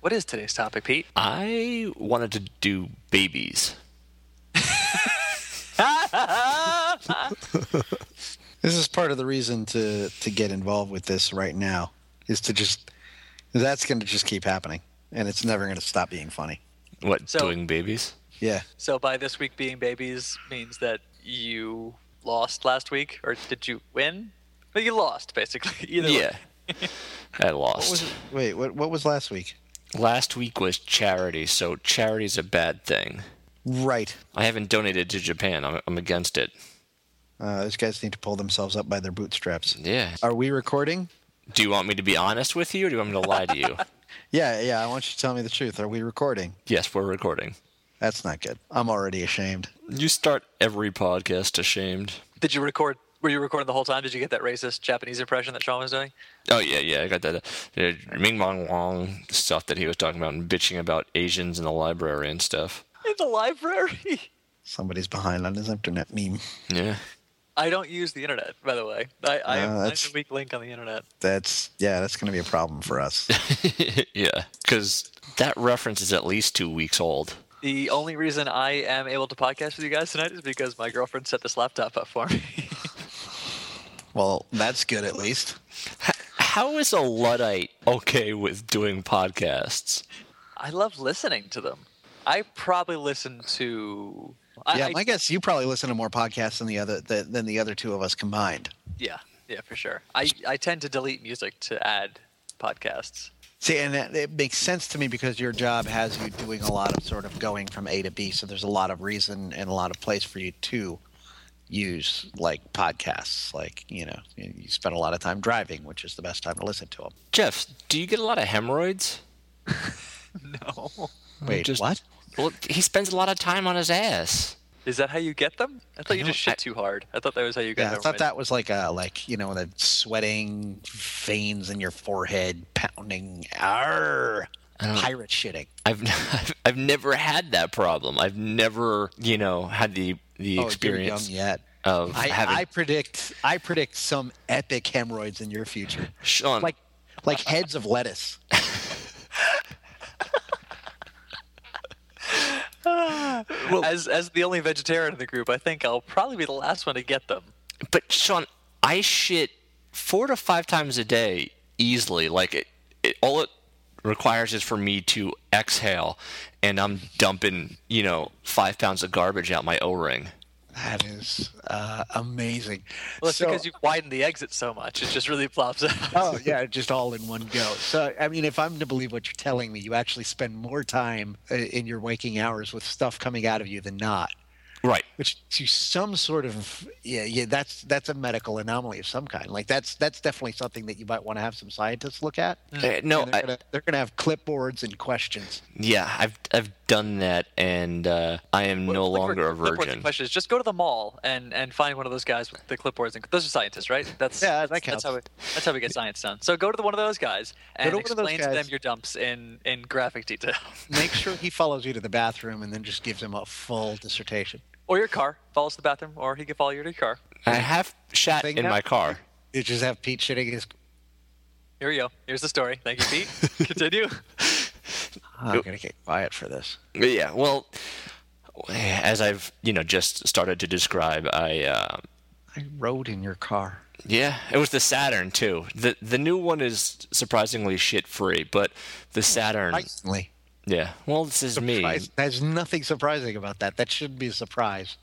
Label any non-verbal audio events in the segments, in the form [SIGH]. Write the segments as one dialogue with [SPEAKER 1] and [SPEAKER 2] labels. [SPEAKER 1] What is today's topic, Pete?
[SPEAKER 2] I wanted to do babies.
[SPEAKER 3] This is part of the reason to to get involved with this right now is to just that's going to just keep happening and it's never going to stop being funny.
[SPEAKER 2] What
[SPEAKER 1] So-
[SPEAKER 2] doing babies?
[SPEAKER 3] Yeah.
[SPEAKER 1] So by this week being babies means that you lost last week, or did you win? But you lost basically. [LAUGHS] Either way.
[SPEAKER 2] Yeah. I lost.
[SPEAKER 3] What was it? Wait, what what was last week?
[SPEAKER 2] Last week was charity, so charity's a bad thing.
[SPEAKER 3] Right.
[SPEAKER 2] I haven't donated to Japan. I'm, I'm against it.
[SPEAKER 3] Uh, those guys need to pull themselves up by their bootstraps.
[SPEAKER 2] Yeah.
[SPEAKER 3] Are we recording?
[SPEAKER 2] Do you want me to be honest with you, or do you want me to lie to you?
[SPEAKER 3] Yeah, yeah, I want you to tell me the truth. Are we recording?
[SPEAKER 2] yes, we're recording.
[SPEAKER 3] That's not good. I'm already ashamed.
[SPEAKER 2] You start every podcast ashamed.
[SPEAKER 1] Did you record? Were you recording the whole time? Did you get that racist Japanese impression that Sean was doing?
[SPEAKER 2] Oh yeah, yeah, I got that. Uh, Ming Mong Wong stuff that he was talking about and bitching about Asians in the library and stuff.
[SPEAKER 1] In the library.
[SPEAKER 3] Somebody's behind on his internet meme.
[SPEAKER 2] Yeah.
[SPEAKER 1] [LAUGHS] I don't use the internet, by the way. I, I am
[SPEAKER 3] No,
[SPEAKER 1] I'm
[SPEAKER 3] Uh, that's-
[SPEAKER 1] the weak link on the internet.
[SPEAKER 3] That's yeah, that's going to be a problem for us.
[SPEAKER 2] [LAUGHS] yeah, because that reference is at least two weeks old.
[SPEAKER 1] The only reason I am able to podcast with you guys tonight is because my girlfriend set this laptop up for me. [LAUGHS]
[SPEAKER 3] well, that's good at least.
[SPEAKER 2] How is a Luddite okay with doing podcasts?
[SPEAKER 1] I love listening to them. I probably listen to. I,
[SPEAKER 3] Yeah,
[SPEAKER 1] I-
[SPEAKER 3] I guess you probably listen to more podcasts than the other than than the other two of us combined.
[SPEAKER 1] yeah, yeah, for sure. I, I tend to delete music to add podcasts.
[SPEAKER 3] See, and that, it makes sense to me because your job has you doing a lot of sort of going from A to B. So there's a lot of reason and a lot of place for you to use like podcasts. Like you know, you you spend a lot of time driving, which is the best time to listen to them.
[SPEAKER 2] Jeff, do you get a lot of hemorrhoids?
[SPEAKER 1] No.
[SPEAKER 3] Wait,
[SPEAKER 2] just-
[SPEAKER 3] what?
[SPEAKER 2] Well, he spends a lot of time on his ass.
[SPEAKER 1] Is that how you get them? I thought you
[SPEAKER 2] don't-
[SPEAKER 1] just shit
[SPEAKER 2] I-
[SPEAKER 1] too hard. I thought that was how you got
[SPEAKER 3] Yeah, I
[SPEAKER 1] them.
[SPEAKER 3] thought that was like a like you know the sweating veins in your forehead pounding, arr, pirate shitting.
[SPEAKER 2] I've, [LAUGHS] I've I've never had that problem. I've never you know had the the experience
[SPEAKER 3] Oh, you're young yet.
[SPEAKER 2] of
[SPEAKER 3] I,
[SPEAKER 2] having
[SPEAKER 3] I predict I predict some epic hemorrhoids in your future,
[SPEAKER 2] Sean.
[SPEAKER 3] like like heads of lettuce.
[SPEAKER 1] as, as the only vegetarian in the group, I think I'll probably be the last one to get them.
[SPEAKER 2] but Sean, I shit four to five times a day easily. Like it, it all it requires is for me to exhale, and I'm dumping you know five pounds of garbage out my O-ring.
[SPEAKER 3] That is uh, amazing.
[SPEAKER 1] Well, it's
[SPEAKER 3] So-
[SPEAKER 1] because you've widened the exit so much. It just really plops out.
[SPEAKER 3] [LAUGHS] oh yeah, just all in one go. So I mean, if I'm to believe what you're telling me, you actually spend more time uh, in your waking hours with stuff coming out of you than not.
[SPEAKER 2] Right.
[SPEAKER 3] Which to some sort of yeah yeah that's that's a medical anomaly of some kind. Like that's that's definitely something that you might want to have some scientists look at.
[SPEAKER 2] Uh, no.
[SPEAKER 3] And
[SPEAKER 2] I-
[SPEAKER 3] they're, gonna, they're gonna have clipboards and questions.
[SPEAKER 2] yeah, I've I've done that, and uh, I am no
[SPEAKER 1] Clipboard-
[SPEAKER 2] longer a
[SPEAKER 1] clipboards and
[SPEAKER 2] virgin.
[SPEAKER 1] Questions. Just go to the mall and, and find one of those guys with the clipboards. And, those are scientists, right? That's
[SPEAKER 3] Yeah, that
[SPEAKER 1] That's
[SPEAKER 3] counts.
[SPEAKER 1] how, we, that's how we get science done. So go to the, one of those guys and
[SPEAKER 3] to one of those
[SPEAKER 1] explain to them
[SPEAKER 3] guys.
[SPEAKER 1] your dumps in, in graphic detail. [LAUGHS]
[SPEAKER 3] Make sure he follows you to the bathroom and then just gives him a full dissertation.
[SPEAKER 1] or your car. Follow us to the bathroom, or he can follow you to your car.
[SPEAKER 2] I have shat
[SPEAKER 3] Thing
[SPEAKER 2] in
[SPEAKER 3] now?
[SPEAKER 2] my car.
[SPEAKER 3] You just have Pete shitting his.
[SPEAKER 1] Here we go. Here's the story. Thank you,
[SPEAKER 2] [LAUGHS]
[SPEAKER 1] Pete. Continue.
[SPEAKER 3] "Oh, I'm gonna get quiet for this.
[SPEAKER 2] Yeah, well, as I've you know just started to describe, I uh,
[SPEAKER 3] I rode in your car.
[SPEAKER 2] yeah, it was the Saturn too. the The new one is surprisingly shit free, but the Saturn,
[SPEAKER 3] Surprisingly,
[SPEAKER 2] yeah. Well, this is me. [LAUGHS]
[SPEAKER 3] Hmm. Surprise- there's nothing surprising about that. That shouldn't be a surprise.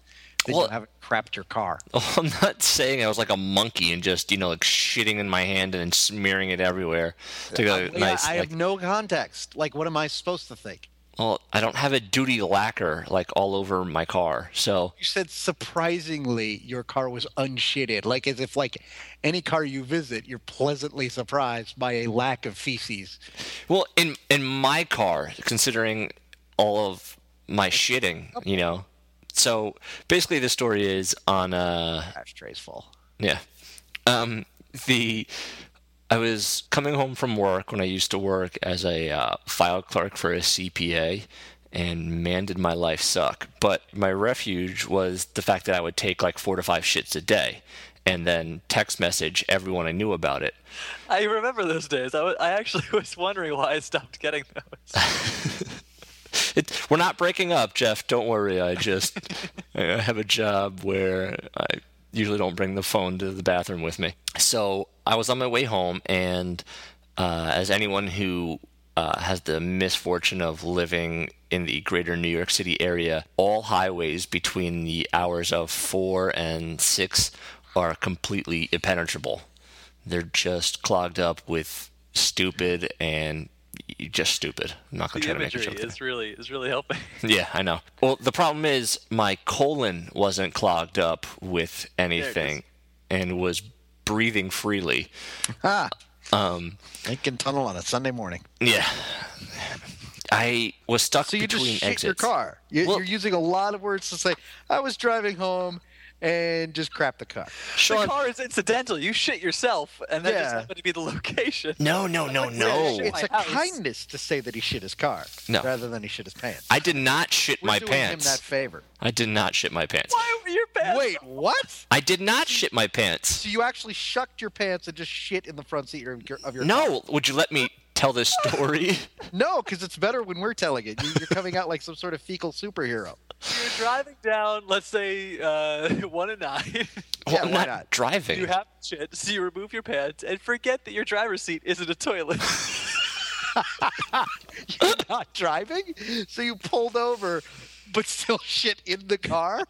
[SPEAKER 3] That
[SPEAKER 2] Well-
[SPEAKER 3] you haven't crapped your car.
[SPEAKER 2] I'm not saying I was like a monkey and just you know like shitting in my hand and smearing it everywhere. Took a
[SPEAKER 3] Yeah,
[SPEAKER 2] nice
[SPEAKER 3] I
[SPEAKER 2] like.
[SPEAKER 3] have no context. Like, what am I supposed to think?
[SPEAKER 2] well, I don't have a duty lacquer like all over my car, so
[SPEAKER 3] You said surprisingly your car was unshitted, like as if like any car you visit, you're pleasantly surprised by a lack of feces.
[SPEAKER 2] Well, in in my car, considering all of my shitting, you know. So basically, the story is on uh,
[SPEAKER 3] Ashtrays full.
[SPEAKER 2] yeah. Um, the I was coming home from work when I used to work as a uh, file clerk for a CPA, and man, did my life suck. But my refuge was the fact that I would take like four to five shits a day, and then text message everyone I knew about it.
[SPEAKER 1] I remember those days. I wa- I actually [LAUGHS] was wondering why I stopped getting
[SPEAKER 2] [LAUGHS]
[SPEAKER 1] those.
[SPEAKER 2] It, we're not breaking up, Jeff. Don't worry. I just I have a job where I usually don't bring the phone to the bathroom with me. So I was on my way home, and uh, as anyone who uh, has the misfortune of living in the greater New York City area, all highways between the hours of 4 and 6 are completely impenetrable. They're just clogged up with stupid and just stupid. I'm not going to
[SPEAKER 1] The
[SPEAKER 2] try to make a
[SPEAKER 1] imagery
[SPEAKER 2] joke. there.
[SPEAKER 1] is really is really helping.
[SPEAKER 2] [LAUGHS] Yeah, I know. Well, the problem is my colon wasn't clogged up with anything and was breathing freely.
[SPEAKER 3] Ah. Um, Lincoln Tunnel on a Sunday morning.
[SPEAKER 2] Yeah. I was stuck
[SPEAKER 3] So you
[SPEAKER 2] between
[SPEAKER 3] just shit
[SPEAKER 2] exits.
[SPEAKER 3] your car. You,
[SPEAKER 2] Well-
[SPEAKER 3] you're using a lot of words to say. I was driving home and just crap the car.
[SPEAKER 1] the
[SPEAKER 2] Sean,
[SPEAKER 1] car is incidental. You shit yourself, and that just
[SPEAKER 3] Yeah.
[SPEAKER 1] happened to be the location.
[SPEAKER 2] no, no, no, Oh, no.
[SPEAKER 1] shit.
[SPEAKER 3] It's
[SPEAKER 1] my
[SPEAKER 3] a
[SPEAKER 1] house.
[SPEAKER 3] kindness to say that he shit his car
[SPEAKER 2] No.
[SPEAKER 3] rather than he shit his pants.
[SPEAKER 2] I did not shit
[SPEAKER 3] We're
[SPEAKER 2] my
[SPEAKER 3] doing him that
[SPEAKER 2] pants.
[SPEAKER 3] favor.
[SPEAKER 2] I did not shit my
[SPEAKER 1] [LAUGHS]
[SPEAKER 2] pants.
[SPEAKER 1] Why were your pants?
[SPEAKER 3] Wait, what?
[SPEAKER 2] I did not shit my pants.
[SPEAKER 3] So you actually shucked your pants and just shit in the front seat of your, of your car?
[SPEAKER 2] No, would you let me tell
[SPEAKER 3] [LAUGHS]
[SPEAKER 2] this story?
[SPEAKER 3] No, because it's better when we're telling it. You- You're coming out like some sort of fecal superhero.
[SPEAKER 1] You're driving down, let's say uh, [LAUGHS] one and nine.
[SPEAKER 2] Well,
[SPEAKER 3] Yeah,
[SPEAKER 2] I'm
[SPEAKER 3] why
[SPEAKER 2] not,
[SPEAKER 3] not?
[SPEAKER 2] driving.
[SPEAKER 1] you have shit, so you remove your pants and forget that your driver's seat isn't a toilet.
[SPEAKER 3] [LAUGHS] You're not driving, so you pulled over, but still shit in the car.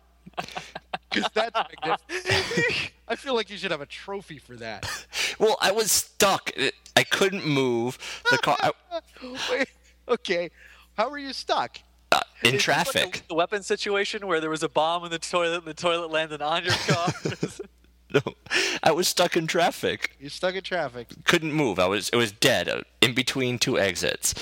[SPEAKER 3] Because that's magnificent. [LAUGHS] I feel like you should have a trophy for that.
[SPEAKER 2] well, I was stuck. I couldn't move. The
[SPEAKER 3] [LAUGHS]
[SPEAKER 2] car I,
[SPEAKER 3] [LAUGHS] Wait, okay, how are you stuck?
[SPEAKER 2] uh, in
[SPEAKER 1] It's just like
[SPEAKER 2] traffic.
[SPEAKER 1] the, the weapon situation where there was a bomb in the toilet and the toilet landed on your
[SPEAKER 3] [LAUGHS]
[SPEAKER 1] car. [LAUGHS]
[SPEAKER 2] No, [LAUGHS] I was stuck in traffic.
[SPEAKER 3] You're stuck in traffic.
[SPEAKER 2] Couldn't move. I was it was dead uh, in between two exits,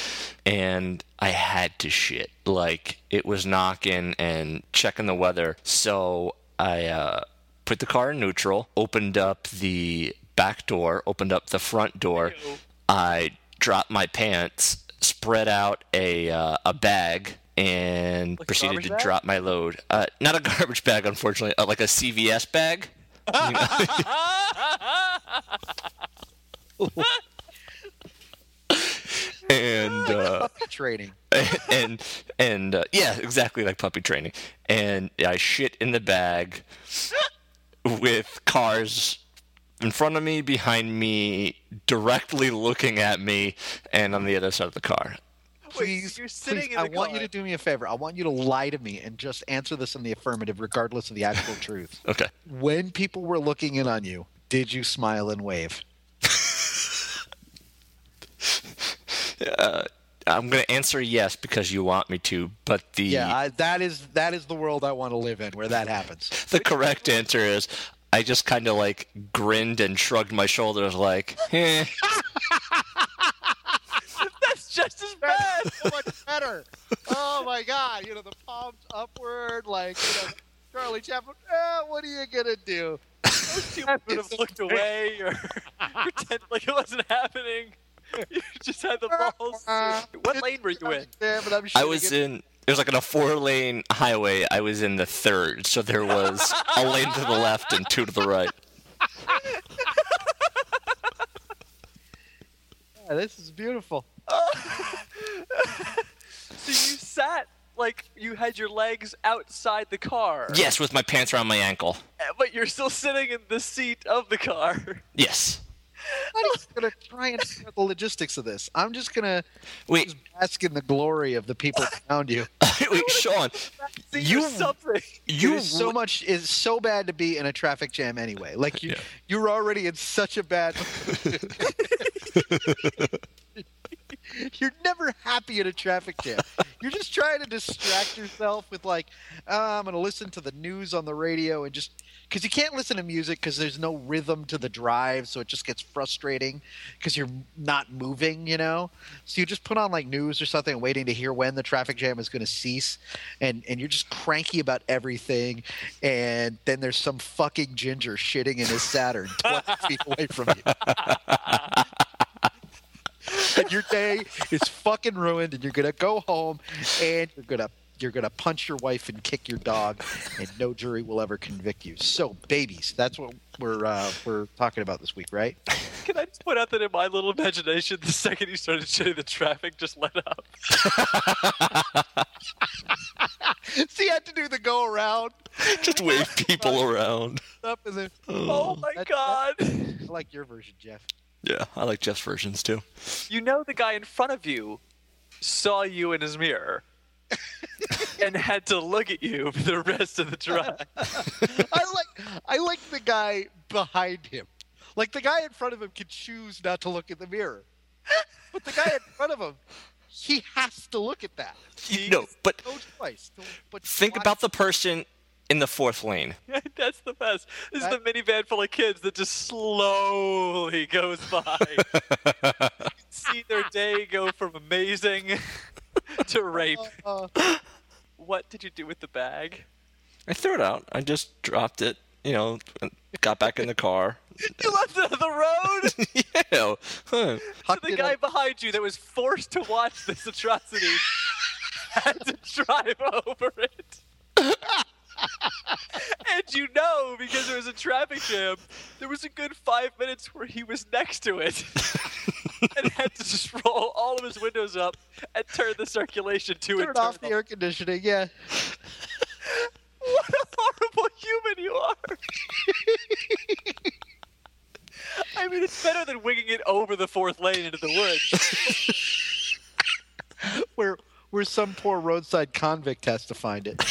[SPEAKER 2] and I had to shit. Like it was knocking and checking the weather. So I uh, put the car in neutral, opened up the back door, opened up the front door.
[SPEAKER 1] Ew.
[SPEAKER 2] I dropped my pants, spread out a uh, a bag. And
[SPEAKER 1] Like a
[SPEAKER 2] proceeded
[SPEAKER 1] garbage
[SPEAKER 2] to
[SPEAKER 1] bag?
[SPEAKER 2] drop my load. Uh, not a [LAUGHS] garbage bag, unfortunately. Uh, like a CVS
[SPEAKER 1] [LAUGHS]
[SPEAKER 2] bag. You know? and
[SPEAKER 3] Oh
[SPEAKER 2] uh,
[SPEAKER 3] Training.
[SPEAKER 2] [LAUGHS] and and uh, yeah, exactly like puppy training. And I shit in the bag with cars in front of me, behind me, directly looking at me, and on the other side of the car.
[SPEAKER 1] Wait, so you're sitting in
[SPEAKER 3] please,
[SPEAKER 1] the
[SPEAKER 3] I want you
[SPEAKER 1] car.
[SPEAKER 3] to do me a favor. I want you to lie to me and just answer this in the affirmative, regardless of the [LAUGHS] actual truth.
[SPEAKER 2] Okay.
[SPEAKER 3] When people were looking in on you, did you smile and wave?
[SPEAKER 2] I'm gonna answer yes because you want me to, but the
[SPEAKER 3] Yeah, I, that is that is the world I want to live in, where that happens.
[SPEAKER 2] the correct answer is I just kind of like grinned and shrugged my shoulders, like, eh.
[SPEAKER 1] [LAUGHS] That's just as
[SPEAKER 3] [LAUGHS]
[SPEAKER 1] bad.
[SPEAKER 3] so much better. Oh my god, you know the palms upward, like you know, Charlie Chaplin. eh, what are you gonna do?
[SPEAKER 1] Those two would have looked away or [LAUGHS] pretended like it wasn't happening. [LAUGHS] You just had the
[SPEAKER 3] [LAUGHS]
[SPEAKER 1] balls. to- What lane were you in?
[SPEAKER 3] Yeah, but I'm
[SPEAKER 2] I
[SPEAKER 3] shitting
[SPEAKER 2] was
[SPEAKER 3] it.
[SPEAKER 2] in. It was like on a four-lane highway. I was in the third, so there was a lane to the left and two to the right.
[SPEAKER 3] Yeah, this is beautiful.
[SPEAKER 1] So you sat like you had your legs outside the car.
[SPEAKER 2] Yes, with my pants around my ankle.
[SPEAKER 1] But you're still sitting in the seat of the car. [LAUGHS]
[SPEAKER 2] Yes.
[SPEAKER 3] I'm just gonna try and figure out the logistics of this. I'm just gonna
[SPEAKER 2] Wait, [LAUGHS]
[SPEAKER 3] just bask in the glory of the people around you.
[SPEAKER 2] wait, Sean,
[SPEAKER 1] See,
[SPEAKER 2] You-
[SPEAKER 1] you're something. [LAUGHS]
[SPEAKER 2] you
[SPEAKER 3] it is so
[SPEAKER 2] re-
[SPEAKER 3] much is so bad to be in a traffic jam anyway. Like you,
[SPEAKER 2] Yeah.
[SPEAKER 3] you're already in such
[SPEAKER 2] [LAUGHS]
[SPEAKER 3] a bad. you're never happy in a traffic jam. You're just trying to distract yourself with like, "Ah, I'm gonna listen to the news on the radio and just because you can't listen to music because there's no rhythm to the drive, so it just gets frustrating because you're not moving, you know. So you just put on like news or something, waiting to hear when the traffic jam is going to cease, and and you're just cranky about everything, and then there's some fucking ginger shitting in his Saturn 20 feet away from you. And your day is fucking ruined, and you're gonna go home, and you're gonna you're gonna punch your wife and kick your dog, and no jury will ever convict you. So babies, that's what we're uh, we're talking about this week, right? [LAUGHS]
[SPEAKER 1] Can I just point out that in my little imagination, the second you started shitting, the traffic just let up.
[SPEAKER 3] See, I had to do the go around.
[SPEAKER 2] [LAUGHS] Just wave people around.
[SPEAKER 3] Up and then,
[SPEAKER 1] Oh my
[SPEAKER 3] That-
[SPEAKER 1] god!
[SPEAKER 3] I like your version, Jeff.
[SPEAKER 2] Yeah, I like Jeff's versions too.
[SPEAKER 1] [LAUGHS] You know the guy in front of you saw you in his [LAUGHS] mirror and had to look at you for the rest [LAUGHS] of the drive.
[SPEAKER 3] I like I like the guy behind him. Like the guy in front of him can choose not to look in the mirror. But the guy in front of him, he has to look at that.
[SPEAKER 2] No, but
[SPEAKER 3] No choice. No- But
[SPEAKER 2] think
[SPEAKER 3] why-
[SPEAKER 2] about the person in the fourth lane.
[SPEAKER 1] That's the best. This is the minivan full of kids that just slowly goes [LAUGHS] by. You see their day go from amazing [LAUGHS] to rape.
[SPEAKER 3] Uh, [LAUGHS]
[SPEAKER 1] What did you do with the bag?
[SPEAKER 2] I threw it out. I just dropped it. You know, got back in the car.
[SPEAKER 1] You left it on the [LAUGHS] road to
[SPEAKER 2] [LAUGHS] yeah. [LAUGHS] Huh.
[SPEAKER 3] hucked
[SPEAKER 1] the
[SPEAKER 3] it
[SPEAKER 1] guy
[SPEAKER 3] up.
[SPEAKER 1] behind you that was forced to watch this
[SPEAKER 3] [LAUGHS]
[SPEAKER 1] atrocity. Had to drive over it. [LAUGHS] and you know, because there was a traffic jam, there was a good five minutes where he was next to
[SPEAKER 3] [LAUGHS]
[SPEAKER 1] it and had to just roll all of his windows up and turn the circulation to
[SPEAKER 3] Turn off the
[SPEAKER 1] internal.
[SPEAKER 3] air conditioning. Yeah.
[SPEAKER 1] What a horrible human you
[SPEAKER 3] [LAUGHS]
[SPEAKER 1] are! I mean, it's better than winging it over the fourth lane into the woods.
[SPEAKER 3] Where where some poor roadside convict has to find it.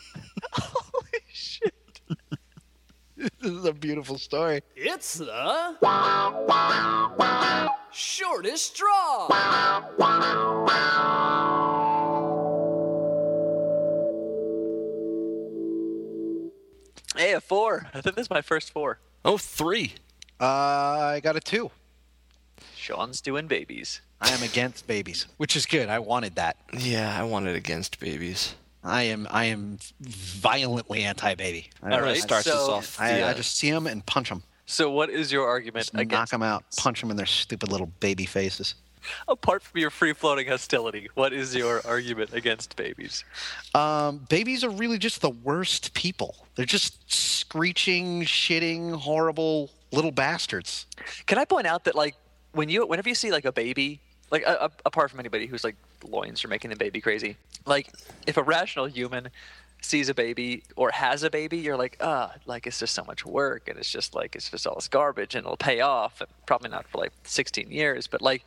[SPEAKER 3] [LAUGHS]
[SPEAKER 1] Holy shit!
[SPEAKER 3] this is a beautiful story.
[SPEAKER 4] It's the shortest straw.
[SPEAKER 1] Hey, a four. I think this is my first four.
[SPEAKER 2] Oh, three.
[SPEAKER 3] Uh, I got a two.
[SPEAKER 1] Sean's doing babies.
[SPEAKER 3] I am against babies, which is good. I wanted that.
[SPEAKER 2] Yeah, I wanted against babies.
[SPEAKER 3] I am I am violently anti-baby. I,
[SPEAKER 2] That
[SPEAKER 1] All
[SPEAKER 2] really
[SPEAKER 1] right,
[SPEAKER 2] starts us
[SPEAKER 1] so-
[SPEAKER 2] off.
[SPEAKER 3] I,
[SPEAKER 2] the,
[SPEAKER 3] I
[SPEAKER 2] uh,
[SPEAKER 3] just see them and punch them.
[SPEAKER 1] So, what is your argument
[SPEAKER 3] Just knock
[SPEAKER 1] against?
[SPEAKER 3] them out, punch them in their stupid little baby faces.
[SPEAKER 1] Apart from your free-floating hostility, what is your argument against babies?
[SPEAKER 3] Um, babies are really just the worst people. They're just screeching, shitting, horrible little bastards.
[SPEAKER 1] Can I point out that like when you whenever you see like a baby, like a, a- apart from anybody who's like loins for making the baby crazy, like if a rational human sees a baby or has a baby, you're like, ah, like it's just so much work and it's just like it's just all this garbage and it'll pay off. And probably not for like 16 years, but like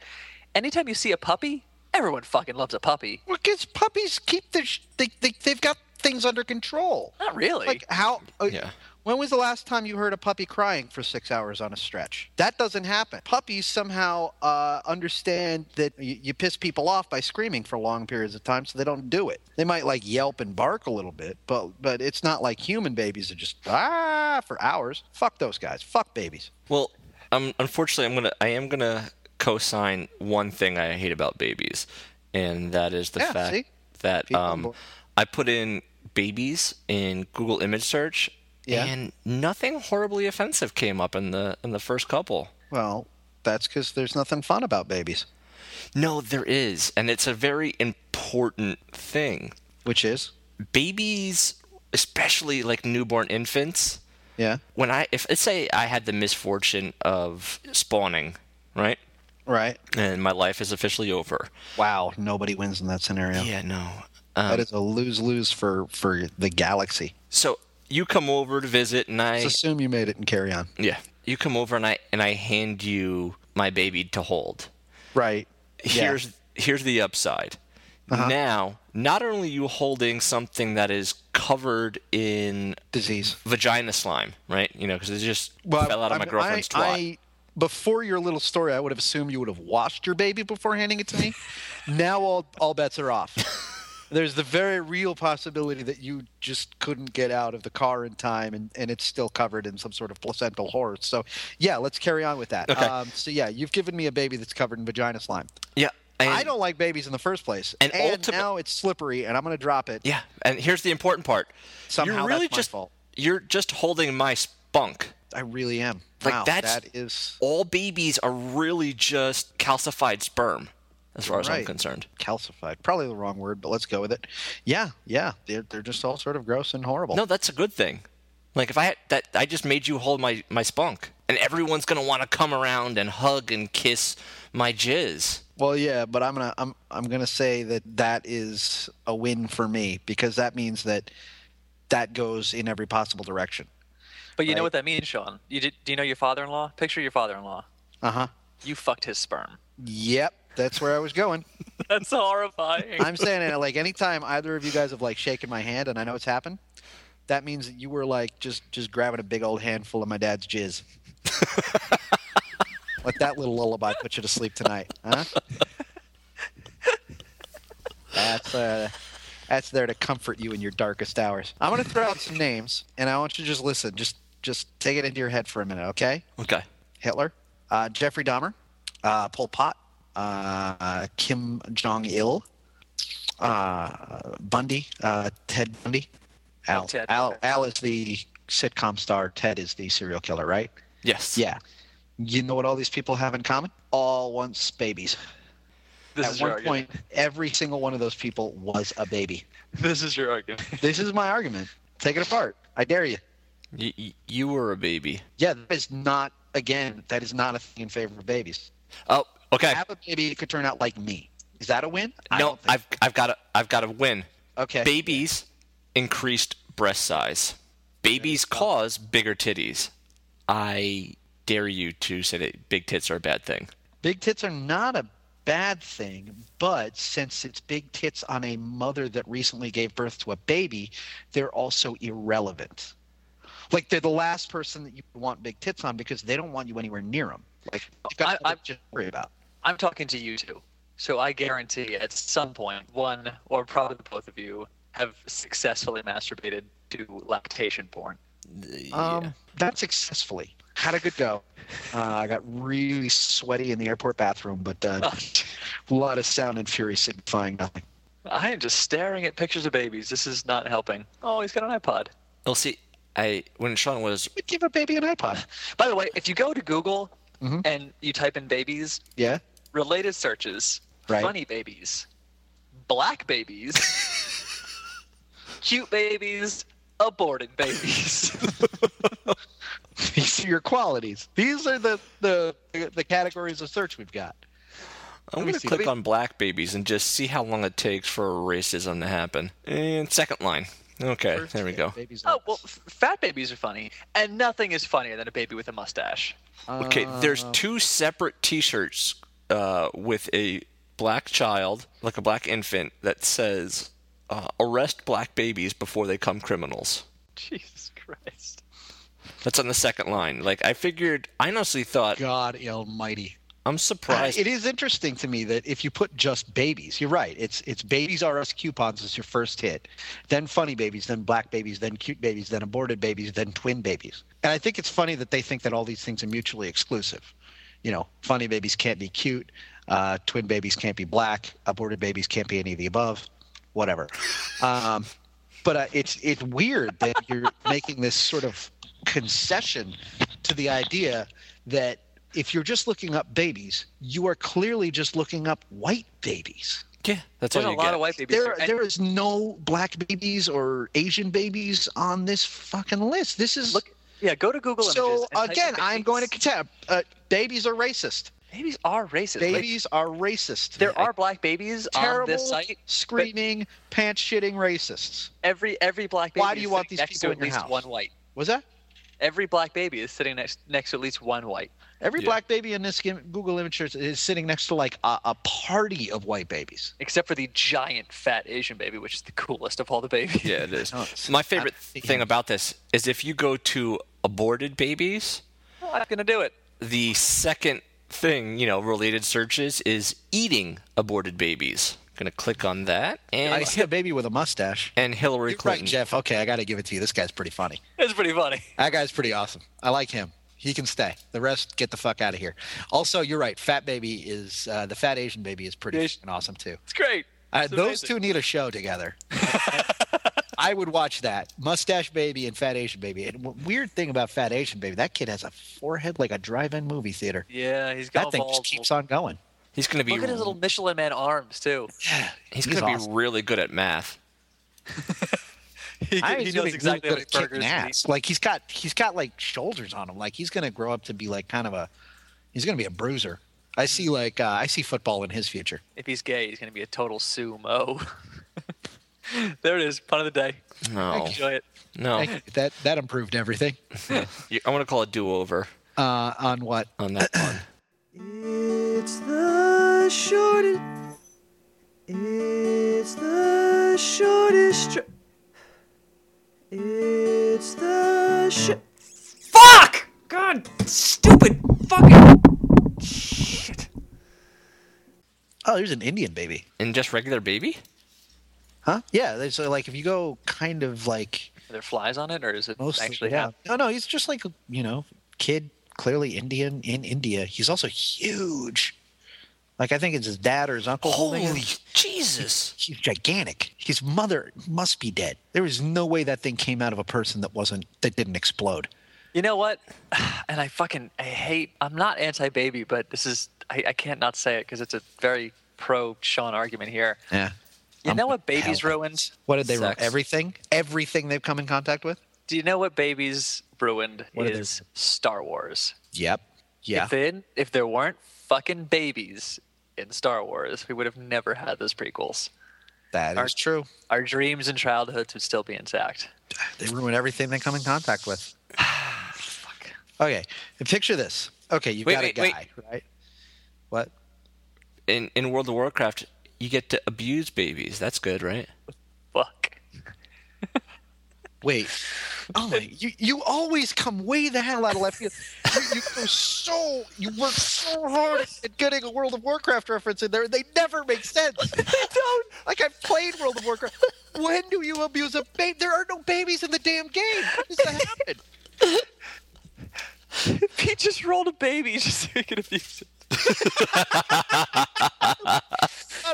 [SPEAKER 1] anytime you see a puppy, everyone fucking loves a puppy.
[SPEAKER 3] Well, because puppies keep their sh- they, they they've got things under control.
[SPEAKER 1] Not really.
[SPEAKER 3] Like how? Uh,
[SPEAKER 2] Yeah.
[SPEAKER 3] When was the last time you heard a puppy crying for six hours on a stretch? That doesn't happen. Puppies somehow uh, understand that you, you piss people off by screaming for long periods of time, so they don't do it. They might like yelp and bark a little bit, but but it's not like human babies that just ah for hours. Fuck those guys. Fuck babies.
[SPEAKER 2] Well, um, unfortunately, I'm gonna I am gonna co-sign one thing I hate about babies, and that is the
[SPEAKER 3] Yeah,
[SPEAKER 2] fact
[SPEAKER 3] see?
[SPEAKER 2] that
[SPEAKER 3] Be
[SPEAKER 2] um,
[SPEAKER 3] humble.
[SPEAKER 2] I put in babies in Google image search,
[SPEAKER 3] Yeah.
[SPEAKER 2] and nothing horribly offensive came up in the in the first couple.
[SPEAKER 3] Well, that's because there's nothing fun about babies,
[SPEAKER 2] No, there is, and it's a very important thing.
[SPEAKER 3] which is
[SPEAKER 2] Babies, especially like newborn infants,
[SPEAKER 3] yeah,
[SPEAKER 2] when I if let's say I had the misfortune of spawning, right,
[SPEAKER 3] right.
[SPEAKER 2] and my life is officially over.
[SPEAKER 3] Wow, nobody wins in that scenario.
[SPEAKER 2] Yeah, no.
[SPEAKER 3] That
[SPEAKER 2] Um,
[SPEAKER 3] is a lose lose for for the galaxy.
[SPEAKER 2] so you come over to visit, and I
[SPEAKER 3] Let's assume you made it and carry on.
[SPEAKER 2] yeah, you come over and I and I hand you my baby to hold.
[SPEAKER 3] Right. Yeah. Uh-huh.
[SPEAKER 2] Here's here's the upside. Now, not only are you holding something that is covered in
[SPEAKER 3] disease.
[SPEAKER 2] vagina slime, right? You know, because it just fell out of my
[SPEAKER 3] I-
[SPEAKER 2] girlfriend's
[SPEAKER 3] I,
[SPEAKER 2] twat.
[SPEAKER 3] I- before your little story, I would have assumed you would have washed your baby before handing it to [LAUGHS] me. now all all bets are [LAUGHS] off. There's the very real possibility that you just couldn't get out of the car in time, and, and it's still covered in some sort of placental horror. So, yeah, let's carry on with that.
[SPEAKER 2] Okay.
[SPEAKER 3] Um, so, yeah, you've given me a baby that's covered in vagina slime.
[SPEAKER 2] yeah, and,
[SPEAKER 3] I don't like babies in the first place,
[SPEAKER 2] and
[SPEAKER 3] and,
[SPEAKER 2] ultimate-
[SPEAKER 3] now it's slippery, and I'm going to drop it.
[SPEAKER 2] Yeah, and here's the important part.
[SPEAKER 3] Somehow
[SPEAKER 2] you're really
[SPEAKER 3] that's my
[SPEAKER 2] just
[SPEAKER 3] fault.
[SPEAKER 2] you're just holding my spunk.
[SPEAKER 3] I really am.
[SPEAKER 2] Like,
[SPEAKER 3] wow,
[SPEAKER 2] that's-
[SPEAKER 3] that is
[SPEAKER 2] all babies are really just calcified sperm. as far as I'm
[SPEAKER 3] Right.
[SPEAKER 2] concerned.
[SPEAKER 3] calcified. Probably the wrong word, but let's go with it. Yeah, yeah, they're they're just all sort of gross and horrible.
[SPEAKER 2] No, that's a good thing. Like if I had that, I just made you hold my my spunk, and everyone's gonna want to come around and hug and kiss my jizz.
[SPEAKER 3] Well, yeah, but I'm gonna I'm I'm gonna say that that is a win for me because that means that that goes in every possible direction.
[SPEAKER 1] But you know
[SPEAKER 3] Right.
[SPEAKER 1] what that means, Sean. You did, do you know your father-in-law? Picture your father-in-law.
[SPEAKER 3] Uh huh.
[SPEAKER 1] You fucked his sperm.
[SPEAKER 3] [LAUGHS] Yep, that's where I was going.
[SPEAKER 1] That's [LAUGHS] horrifying.
[SPEAKER 3] I'm saying it like anytime either of you guys have like shaken my hand and I know it's happened, that means that you were like just just grabbing a big old handful of my dad's jizz. Let that little lullaby put you to sleep tonight, huh? That's uh that's there to comfort you in your darkest hours. I'm gonna throw out some names and I want you to just listen. Just just take it into your head for a minute, okay?
[SPEAKER 2] Okay.
[SPEAKER 3] Hitler, uh, Jeffrey Dahmer, uh, Pol Pot, uh, Kim Jong Il, uh, Bundy, uh, Ted Bundy. Al,
[SPEAKER 1] Oh, Ted.
[SPEAKER 3] Al, Al is the sitcom star. Ted is the serial killer, right?
[SPEAKER 2] Yes.
[SPEAKER 3] Yeah. You know what all these people have in common? All once babies.
[SPEAKER 1] this
[SPEAKER 3] At
[SPEAKER 1] is your
[SPEAKER 3] one
[SPEAKER 1] argument.
[SPEAKER 3] point, every single one of those people was a baby.
[SPEAKER 1] [LAUGHS] This is your argument.
[SPEAKER 3] This is my argument. Take it apart. I dare you.
[SPEAKER 2] Y- y- you were a baby.
[SPEAKER 3] Yeah, that is not, again, that is not a thing in favor of babies.
[SPEAKER 2] Oh, okay.
[SPEAKER 3] have a baby that could turn out like me. Is that a win? I
[SPEAKER 2] no,
[SPEAKER 3] don't think
[SPEAKER 2] I've I've got a I've got a win.
[SPEAKER 3] so. okay.
[SPEAKER 2] Babies increased breast size. Babies cause bigger titties. I dare you to say that big tits are a bad thing.
[SPEAKER 3] Big tits are not a bad thing, but since it's big tits on a mother that recently gave birth to a baby, they're also irrelevant. Like they're the last person that you want big tits on because they don't want you anywhere near them. Like you've got
[SPEAKER 1] I- I-
[SPEAKER 3] something to worry about.
[SPEAKER 1] I'm talking to you two, so I guarantee at some point one or probably both of you have successfully masturbated to lactation porn.
[SPEAKER 3] Um, that successfully. Had a good go. Uh, I got really sweaty in the airport bathroom, but uh, [LAUGHS] a lot of sound and fury signifying nothing.
[SPEAKER 1] I am just staring at pictures of babies. This is not helping. Oh, he's got an iPod.
[SPEAKER 2] Well, see, I when Sean was
[SPEAKER 3] We'd give a baby an iPod.
[SPEAKER 1] By the way, if you go to Google
[SPEAKER 3] Mhm.
[SPEAKER 1] and you type in babies,
[SPEAKER 3] Yeah. [LAUGHS]
[SPEAKER 1] related searches,
[SPEAKER 3] Right.
[SPEAKER 1] funny babies, black babies, cute babies, aborted babies.
[SPEAKER 3] These are your qualities. These are the the, the categories of search we've got.
[SPEAKER 2] I'm
[SPEAKER 3] Let me
[SPEAKER 2] going to
[SPEAKER 3] see.
[SPEAKER 2] click
[SPEAKER 3] Let me-
[SPEAKER 2] on black babies and just see how long it takes for racism to happen. And second line. Okay, there we go.
[SPEAKER 3] Babies
[SPEAKER 1] oh well, f- fat babies are funny, and nothing is funnier than a baby with a mustache.
[SPEAKER 2] Okay, there's
[SPEAKER 3] Uh,
[SPEAKER 2] two separate T-shirts uh, with a black child, like a black infant, that says uh, "Arrest black babies before they become criminals."
[SPEAKER 3] [LAUGHS]
[SPEAKER 1] Jesus Christ.
[SPEAKER 2] That's on the second line. Like I figured, I honestly thought
[SPEAKER 3] God Almighty.
[SPEAKER 2] I'm surprised.
[SPEAKER 3] It is interesting to me that if you put just babies, you're right. It's it's babies R us coupons is your first hit, then funny babies, then black babies, then cute babies, then aborted babies, then twin babies. And I think it's funny that they think that all these things are mutually exclusive. You know, funny babies can't be cute, uh, twin babies can't be black, aborted babies can't be any of the above, whatever. Um, but uh, it's it's weird that you're making this sort of concession to the idea that if you're just looking up babies, you are clearly just looking up white babies.
[SPEAKER 2] yeah, that's all
[SPEAKER 1] There's
[SPEAKER 2] you
[SPEAKER 1] a lot
[SPEAKER 2] get.
[SPEAKER 1] of white babies.
[SPEAKER 3] There,
[SPEAKER 1] and
[SPEAKER 3] there is no black babies or Asian babies on this fucking list. This is
[SPEAKER 1] Look yeah, go to Google Images.
[SPEAKER 3] so.
[SPEAKER 1] and type
[SPEAKER 3] Again,
[SPEAKER 1] in
[SPEAKER 3] I'm
[SPEAKER 1] babies.
[SPEAKER 3] going to contend. Uh, babies are racist.
[SPEAKER 1] Babies are racist. Like,
[SPEAKER 3] Babies are racist.
[SPEAKER 1] there are black babies
[SPEAKER 3] terrible,
[SPEAKER 1] on this site.
[SPEAKER 3] screaming, pants shitting racists.
[SPEAKER 1] Every every black baby.
[SPEAKER 3] Why do
[SPEAKER 1] is
[SPEAKER 3] you want
[SPEAKER 1] sitting
[SPEAKER 3] these
[SPEAKER 1] next
[SPEAKER 3] people
[SPEAKER 1] to
[SPEAKER 3] in
[SPEAKER 1] at
[SPEAKER 3] your
[SPEAKER 1] least
[SPEAKER 3] house?
[SPEAKER 1] one white?
[SPEAKER 3] Was that?
[SPEAKER 1] Every black baby is sitting next next to at least one white.
[SPEAKER 3] Every
[SPEAKER 2] Yeah.
[SPEAKER 3] black baby in this game- Google image search is sitting next to like a, a party of white babies.
[SPEAKER 1] except for the giant fat Asian baby, which is the [LAUGHS] coolest of all the babies.
[SPEAKER 2] Yeah,
[SPEAKER 1] [LAUGHS]
[SPEAKER 2] it is.
[SPEAKER 3] No, it's-
[SPEAKER 2] My favorite
[SPEAKER 3] I-
[SPEAKER 2] thing about this is if you go to aborted babies,
[SPEAKER 1] I'm gonna do it.
[SPEAKER 2] the second thing, you know, related searches is eating aborted babies. Gonna click on that and
[SPEAKER 3] I see a baby with a mustache.
[SPEAKER 2] [LAUGHS] and Hillary
[SPEAKER 3] You're
[SPEAKER 2] Clinton.
[SPEAKER 3] right, Jeff. Okay, I got to give it to you. This guy's pretty funny.
[SPEAKER 1] It's pretty funny.
[SPEAKER 3] That guy's pretty awesome. I like him. He can stay. The rest, get the fuck out of here. Also, you're right. Fat baby is uh, the fat Asian baby is pretty
[SPEAKER 1] Yes.
[SPEAKER 3] fucking awesome too.
[SPEAKER 1] It's great.
[SPEAKER 3] Uh,
[SPEAKER 1] It's
[SPEAKER 3] those
[SPEAKER 1] amazing.
[SPEAKER 3] two need a
[SPEAKER 1] [LAUGHS]
[SPEAKER 3] show together. I would watch that. Mustache baby and fat Asian baby. And w- weird thing about fat Asian baby, that kid has a forehead like a drive-in movie theater.
[SPEAKER 1] Yeah, he's got
[SPEAKER 3] That thing
[SPEAKER 1] balls.
[SPEAKER 3] just keeps on going.
[SPEAKER 2] He's gonna be
[SPEAKER 1] Look at his little Michelin Man arms too. [LAUGHS]
[SPEAKER 2] he's,
[SPEAKER 3] He's
[SPEAKER 2] gonna
[SPEAKER 3] awesome.
[SPEAKER 2] be really good at math.
[SPEAKER 1] He,
[SPEAKER 3] I
[SPEAKER 1] he
[SPEAKER 3] he's
[SPEAKER 1] knows
[SPEAKER 3] gonna be
[SPEAKER 1] exactly how many
[SPEAKER 3] really good at
[SPEAKER 1] burgers.
[SPEAKER 3] kicking
[SPEAKER 1] to eat.
[SPEAKER 3] ass. Like he's got he's got like shoulders on him. Like he's gonna grow up to be like kind of a he's gonna be a bruiser. I
[SPEAKER 1] Hmm.
[SPEAKER 3] see like uh, I see football in his future.
[SPEAKER 1] If he's gay, he's gonna be a total sumo. [LAUGHS] there it is, pun of the day.
[SPEAKER 2] No,
[SPEAKER 1] Enjoy it.
[SPEAKER 2] no.
[SPEAKER 3] Thank you. That that improved everything.
[SPEAKER 2] You- I want to call a do-over
[SPEAKER 3] Uh, on what?
[SPEAKER 2] on that one.
[SPEAKER 4] It's the shortest. It's the shortest. Tr- it's the shit. Fuck! God, stupid fucking shit.
[SPEAKER 3] Oh, there's an Indian baby.
[SPEAKER 2] And just regular baby?
[SPEAKER 3] Huh? Yeah. There's uh, like if you go kind of like
[SPEAKER 1] Are there flies on it, or is it
[SPEAKER 3] mostly.
[SPEAKER 1] actually
[SPEAKER 3] yeah.
[SPEAKER 1] happening?
[SPEAKER 3] No, no. He's just like a, you know kid, clearly Indian in India. He's also huge. Like I think it's his dad or his uncle. holding him.
[SPEAKER 2] Jesus!
[SPEAKER 3] he's gigantic. His mother must be dead. There is no way that thing came out of a person that wasn't that didn't explode.
[SPEAKER 1] You know what? [SIGHS] And I fucking I hate. I'm not anti-baby, but this is I, I can't not say it because it's a very pro Sean argument here.
[SPEAKER 3] Yeah.
[SPEAKER 1] You
[SPEAKER 3] I'm
[SPEAKER 1] know what
[SPEAKER 3] with
[SPEAKER 1] babies
[SPEAKER 3] Helen.
[SPEAKER 1] ruined?
[SPEAKER 3] What did they ruin?
[SPEAKER 2] Sex.
[SPEAKER 3] Everything? Everything they've come in contact with?
[SPEAKER 1] Do you know what babies ruined
[SPEAKER 3] What are they-
[SPEAKER 1] is Star Wars.
[SPEAKER 3] Yep. Yeah.
[SPEAKER 1] If then if there weren't fucking babies in Star Wars, we would have never had those prequels.
[SPEAKER 3] that is
[SPEAKER 1] are-
[SPEAKER 3] true.
[SPEAKER 1] Our dreams and childhoods would still be intact.
[SPEAKER 3] They ruin everything they come in contact with. Okay. And picture this. Okay, you've
[SPEAKER 2] Wait,
[SPEAKER 3] got
[SPEAKER 2] wait,
[SPEAKER 3] a
[SPEAKER 2] wait.
[SPEAKER 3] guy, right? What?
[SPEAKER 2] In in World of Warcraft, you get to abuse babies. That's good, right?
[SPEAKER 1] Fuck. [LAUGHS]
[SPEAKER 3] Wait. Oh my! You you always come way the hell out of left field. You, you go so you work so hard at getting a World of Warcraft reference in there, and they never make sense. they don't. Like I've played World of Warcraft. When do you abuse a baby? There are no babies in the damn game. How does that happen?
[SPEAKER 1] Pete just rolled a baby [LAUGHS] just so he could abuse it.
[SPEAKER 3] Out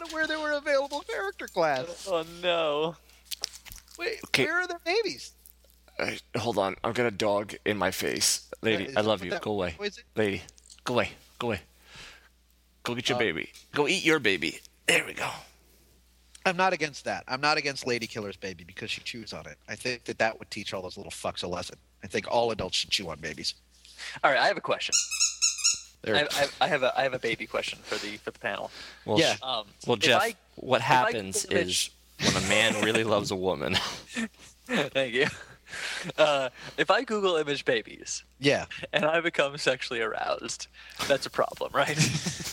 [SPEAKER 3] of where there were available character class.
[SPEAKER 1] Oh no.
[SPEAKER 3] Wait,
[SPEAKER 2] Okay.
[SPEAKER 3] where are the babies?
[SPEAKER 2] Uh, hold on, I've got a dog in my face. Lady, I love you. Go away.
[SPEAKER 3] What is it?
[SPEAKER 2] Lady, go away. Go away. Go get your baby. Go eat your baby. There we go.
[SPEAKER 3] I'm not against that. I'm not against Lady Killer's baby because she chews on it. I think that that would teach all those little fucks a lesson. I think all adults should chew on babies.
[SPEAKER 1] All right, I have a question.
[SPEAKER 3] There.
[SPEAKER 1] I, I, I have a I have a baby question for the for the panel.
[SPEAKER 2] Well,
[SPEAKER 3] Yeah.
[SPEAKER 2] sh-
[SPEAKER 1] Um,
[SPEAKER 2] well,
[SPEAKER 1] if
[SPEAKER 2] Jeff,
[SPEAKER 1] I- [LAUGHS]
[SPEAKER 2] what
[SPEAKER 1] if I
[SPEAKER 2] happens
[SPEAKER 1] could live-
[SPEAKER 2] is when a
[SPEAKER 1] [LAUGHS]
[SPEAKER 2] man really loves a woman.
[SPEAKER 1] thank you. Uh, if I Google image babies
[SPEAKER 3] yeah.
[SPEAKER 1] and I become sexually aroused, that's a problem, right? [LAUGHS]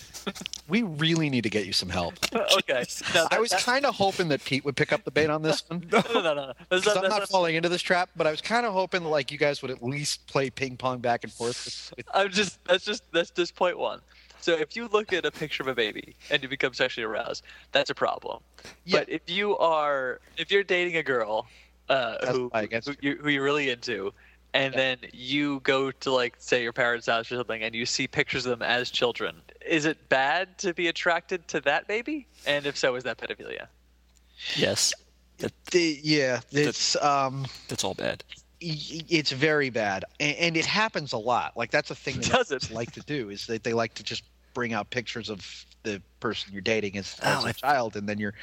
[SPEAKER 3] We really need to get you some help.
[SPEAKER 1] okay. Now,
[SPEAKER 3] I
[SPEAKER 1] that-
[SPEAKER 3] was
[SPEAKER 1] that-
[SPEAKER 3] kind of hoping that Pete would pick up the bait on this one.
[SPEAKER 1] [LAUGHS] no, no, no, no. That's
[SPEAKER 3] [LAUGHS] 'Cause
[SPEAKER 1] not-
[SPEAKER 3] I'm
[SPEAKER 1] that's
[SPEAKER 3] not
[SPEAKER 1] not-
[SPEAKER 3] falling into this trap, but I was kind of hoping that like you guys would at least play ping pong back and forth.
[SPEAKER 1] I'm just that's just that's just point one. So if you look at a picture of a baby and you become sexually aroused, that's a problem.
[SPEAKER 3] Yeah.
[SPEAKER 1] But if you are if you're dating a girl uh,
[SPEAKER 3] That's
[SPEAKER 1] who
[SPEAKER 3] why I guess-
[SPEAKER 1] who, you, who you're really into, and then you go to like say your parents' house or something, and you see pictures of them as children, is it bad to be attracted to that baby? And if so, is that pedophilia?
[SPEAKER 2] yes,
[SPEAKER 3] The- yeah, it's um,
[SPEAKER 2] that's all bad.
[SPEAKER 3] y- it's very bad, and, and it happens a lot. Like that's a thing that
[SPEAKER 1] Does
[SPEAKER 3] adults
[SPEAKER 1] it?
[SPEAKER 3] like to do is that they like to just bring out pictures of the person you're dating as, as
[SPEAKER 2] Oh,
[SPEAKER 3] a
[SPEAKER 2] I-
[SPEAKER 3] child, and then you're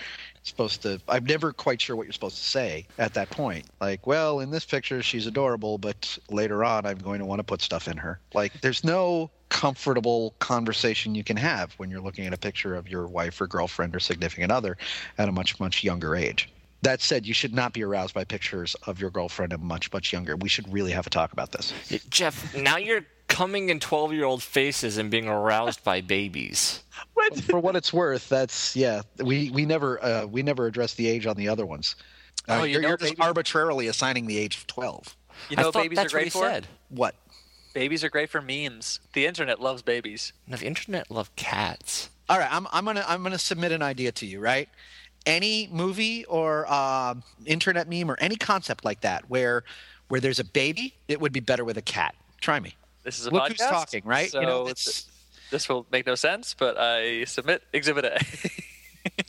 [SPEAKER 3] supposed to. I'm never quite sure what you're supposed to say at that point. Like, well, in this picture she's adorable, but later on I'm going to want to put stuff in her. Like, there's no comfortable conversation you can have when you're looking at a picture of your wife or girlfriend or significant other at a much much younger age. That said, you should not be aroused by pictures of your girlfriend at much much younger. We should really have a talk about this.
[SPEAKER 2] Jeff, now you're coming in 12 year old faces and being aroused by babies.
[SPEAKER 1] What?
[SPEAKER 3] for what it's worth, that's yeah. We we never uh, we never address the age on the other ones. Uh,
[SPEAKER 1] Oh, you
[SPEAKER 3] you're,
[SPEAKER 1] know,
[SPEAKER 3] you're just
[SPEAKER 1] baby-
[SPEAKER 3] arbitrarily assigning the age of twelve.
[SPEAKER 1] You know,
[SPEAKER 2] I
[SPEAKER 1] what
[SPEAKER 2] thought
[SPEAKER 1] babies
[SPEAKER 2] that's
[SPEAKER 1] are great
[SPEAKER 2] what he
[SPEAKER 1] for
[SPEAKER 2] said.
[SPEAKER 3] What?
[SPEAKER 1] babies are great for memes. The internet loves babies.
[SPEAKER 2] Now, the internet love cats.
[SPEAKER 3] All right, I'm I'm gonna I'm gonna submit an idea to you. Right? Any movie or uh, internet meme or any concept like that where where there's a baby, it would be better with a cat. Try me.
[SPEAKER 1] This is a
[SPEAKER 3] Look
[SPEAKER 1] podcast.
[SPEAKER 3] who's talking, right?
[SPEAKER 1] So
[SPEAKER 3] You know,
[SPEAKER 1] it's-
[SPEAKER 3] it's-
[SPEAKER 1] this will make no sense, but I submit Exhibit A. [LAUGHS]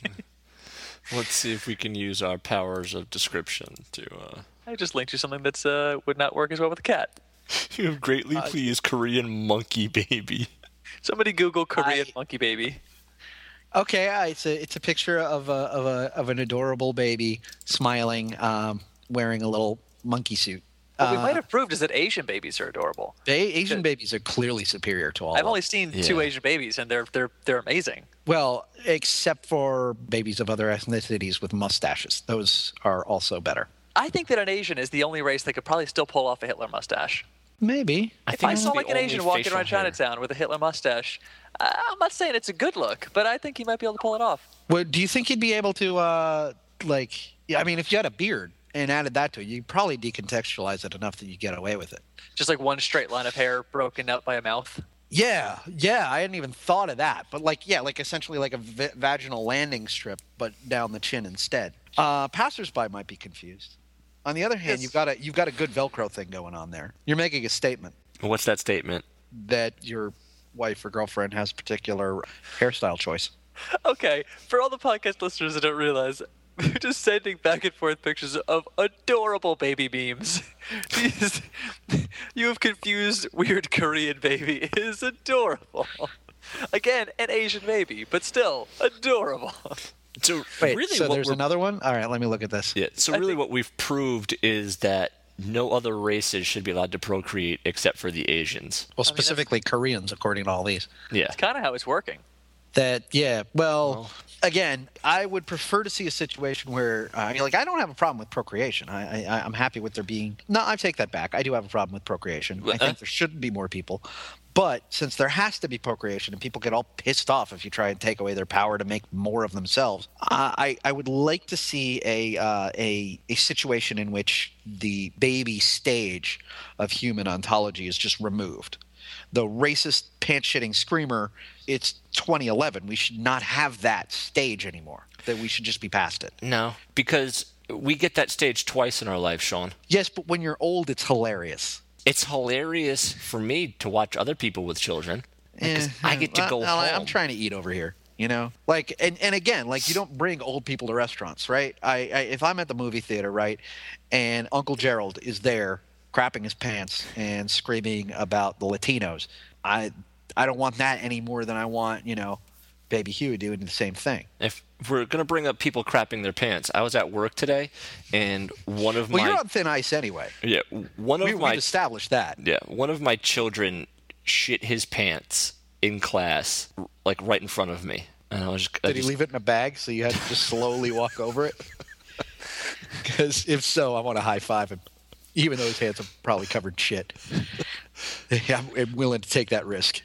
[SPEAKER 2] Let's see if we can use our powers of description to. Uh... [LAUGHS]
[SPEAKER 1] I just linked you something that's uh, would not work as well with a cat.
[SPEAKER 2] You have
[SPEAKER 1] Uh,
[SPEAKER 2] greatly pleased Korean monkey baby.
[SPEAKER 1] Somebody Google Korean
[SPEAKER 3] I-
[SPEAKER 1] monkey baby.
[SPEAKER 3] Okay, uh, it's a it's a picture of a of a of an adorable baby smiling, um, wearing a little monkey suit.
[SPEAKER 1] What we
[SPEAKER 3] Uh,
[SPEAKER 1] might have proved is that Asian babies are adorable.
[SPEAKER 3] ba- Asian babies are clearly superior to all.
[SPEAKER 1] I've
[SPEAKER 3] of
[SPEAKER 1] only seen two
[SPEAKER 2] Oh, Yeah.
[SPEAKER 1] Asian babies, and they're they're they're amazing.
[SPEAKER 3] Well, except for babies of other ethnicities with mustaches. Those are also better.
[SPEAKER 1] I think that an Asian is the only race that could probably still pull off a Hitler mustache.
[SPEAKER 3] Maybe.
[SPEAKER 1] if I
[SPEAKER 2] that's
[SPEAKER 1] saw
[SPEAKER 2] the
[SPEAKER 1] like an
[SPEAKER 2] only
[SPEAKER 1] Asian walking
[SPEAKER 2] facial
[SPEAKER 1] around
[SPEAKER 2] hair.
[SPEAKER 1] Chinatown with a Hitler mustache, I- I'm not saying it's a good look, but I think he might be able to pull it off.
[SPEAKER 3] Well, do you think you'd be able to, uh, like, yeah, I mean, if you had a beard and added that to it, you'd probably decontextualize it enough that you get away with it.
[SPEAKER 1] Just like one straight line of hair broken up by a mouth.
[SPEAKER 3] Yeah, yeah, I hadn't even thought of that. But like, yeah, like essentially like a v- vaginal landing strip, but down the chin instead. Uh, passersby might be confused. On the other hand,
[SPEAKER 1] Yes.
[SPEAKER 3] you've got a you've got a good Velcro thing going on there. You're making a statement
[SPEAKER 2] What's that statement?
[SPEAKER 3] that your wife or girlfriend has a particular hairstyle choice.
[SPEAKER 1] Okay, for all the podcast listeners that don't realize, [LAUGHS] we're just sending back and forth pictures of adorable baby memes. [LAUGHS] These, you have confused weird Korean baby [LAUGHS] is adorable. [LAUGHS] Again, an Asian baby, but still adorable. [LAUGHS]
[SPEAKER 2] So
[SPEAKER 3] Wait,
[SPEAKER 2] really,
[SPEAKER 3] so
[SPEAKER 2] what
[SPEAKER 3] there's
[SPEAKER 2] we're-
[SPEAKER 3] another one. All right, let me look at this.
[SPEAKER 2] yeah. So really, what we've proved is that no other races should be allowed to procreate except for the Asians.
[SPEAKER 3] Well, specifically Koreans, according to all these.
[SPEAKER 2] Yeah.
[SPEAKER 1] Kind of how it's working.
[SPEAKER 3] That yeah. Well, again, I would prefer to see a situation where uh, I mean, like I don't have a problem with procreation. I, I I'm happy with there being. No, I take that back. I do have a problem with procreation. I
[SPEAKER 2] Uh-huh.
[SPEAKER 3] think there should be more people. But since there has to be procreation and people get all pissed off if you try and take away their power to make more of themselves, I, I I would like to see a, uh, a a situation in which the baby stage of human ontology is just removed. The racist pants shitting screamer, it's 2011. We should not have that stage anymore. That we should just be past it.
[SPEAKER 2] No, because we get that stage twice in our life, Sean.
[SPEAKER 3] Yes, but when you're old, it's hilarious.
[SPEAKER 2] It's hilarious for me to watch other people with children because
[SPEAKER 3] Eh,
[SPEAKER 2] I get to
[SPEAKER 3] well,
[SPEAKER 2] go
[SPEAKER 3] well,
[SPEAKER 2] home.
[SPEAKER 3] I'm trying to eat over here. You know, like, and, and again, like, you don't bring old people to restaurants, right? I, I if I'm at the movie theater, right, and Uncle Gerald is there, crapping his pants and screaming about the Latinos, I, I don't want that any more than I want, you know, Baby Huey doing the same thing.
[SPEAKER 2] If we're gonna bring up people crapping their pants, I was at work today, and one of
[SPEAKER 3] Well,
[SPEAKER 2] my
[SPEAKER 3] you're on thin ice anyway.
[SPEAKER 2] yeah one of
[SPEAKER 3] We,
[SPEAKER 2] my
[SPEAKER 3] we've established that.
[SPEAKER 2] yeah one of my children shit his pants in class, like right in front of me, and I was just, I
[SPEAKER 3] Did he
[SPEAKER 2] just-
[SPEAKER 3] leave it in a bag so you had to just slowly walk
[SPEAKER 2] [LAUGHS]
[SPEAKER 3] over it? Because if so, I want to high five him, even though his hands are probably covered in shit. [LAUGHS] I'm, I'm willing to take that risk.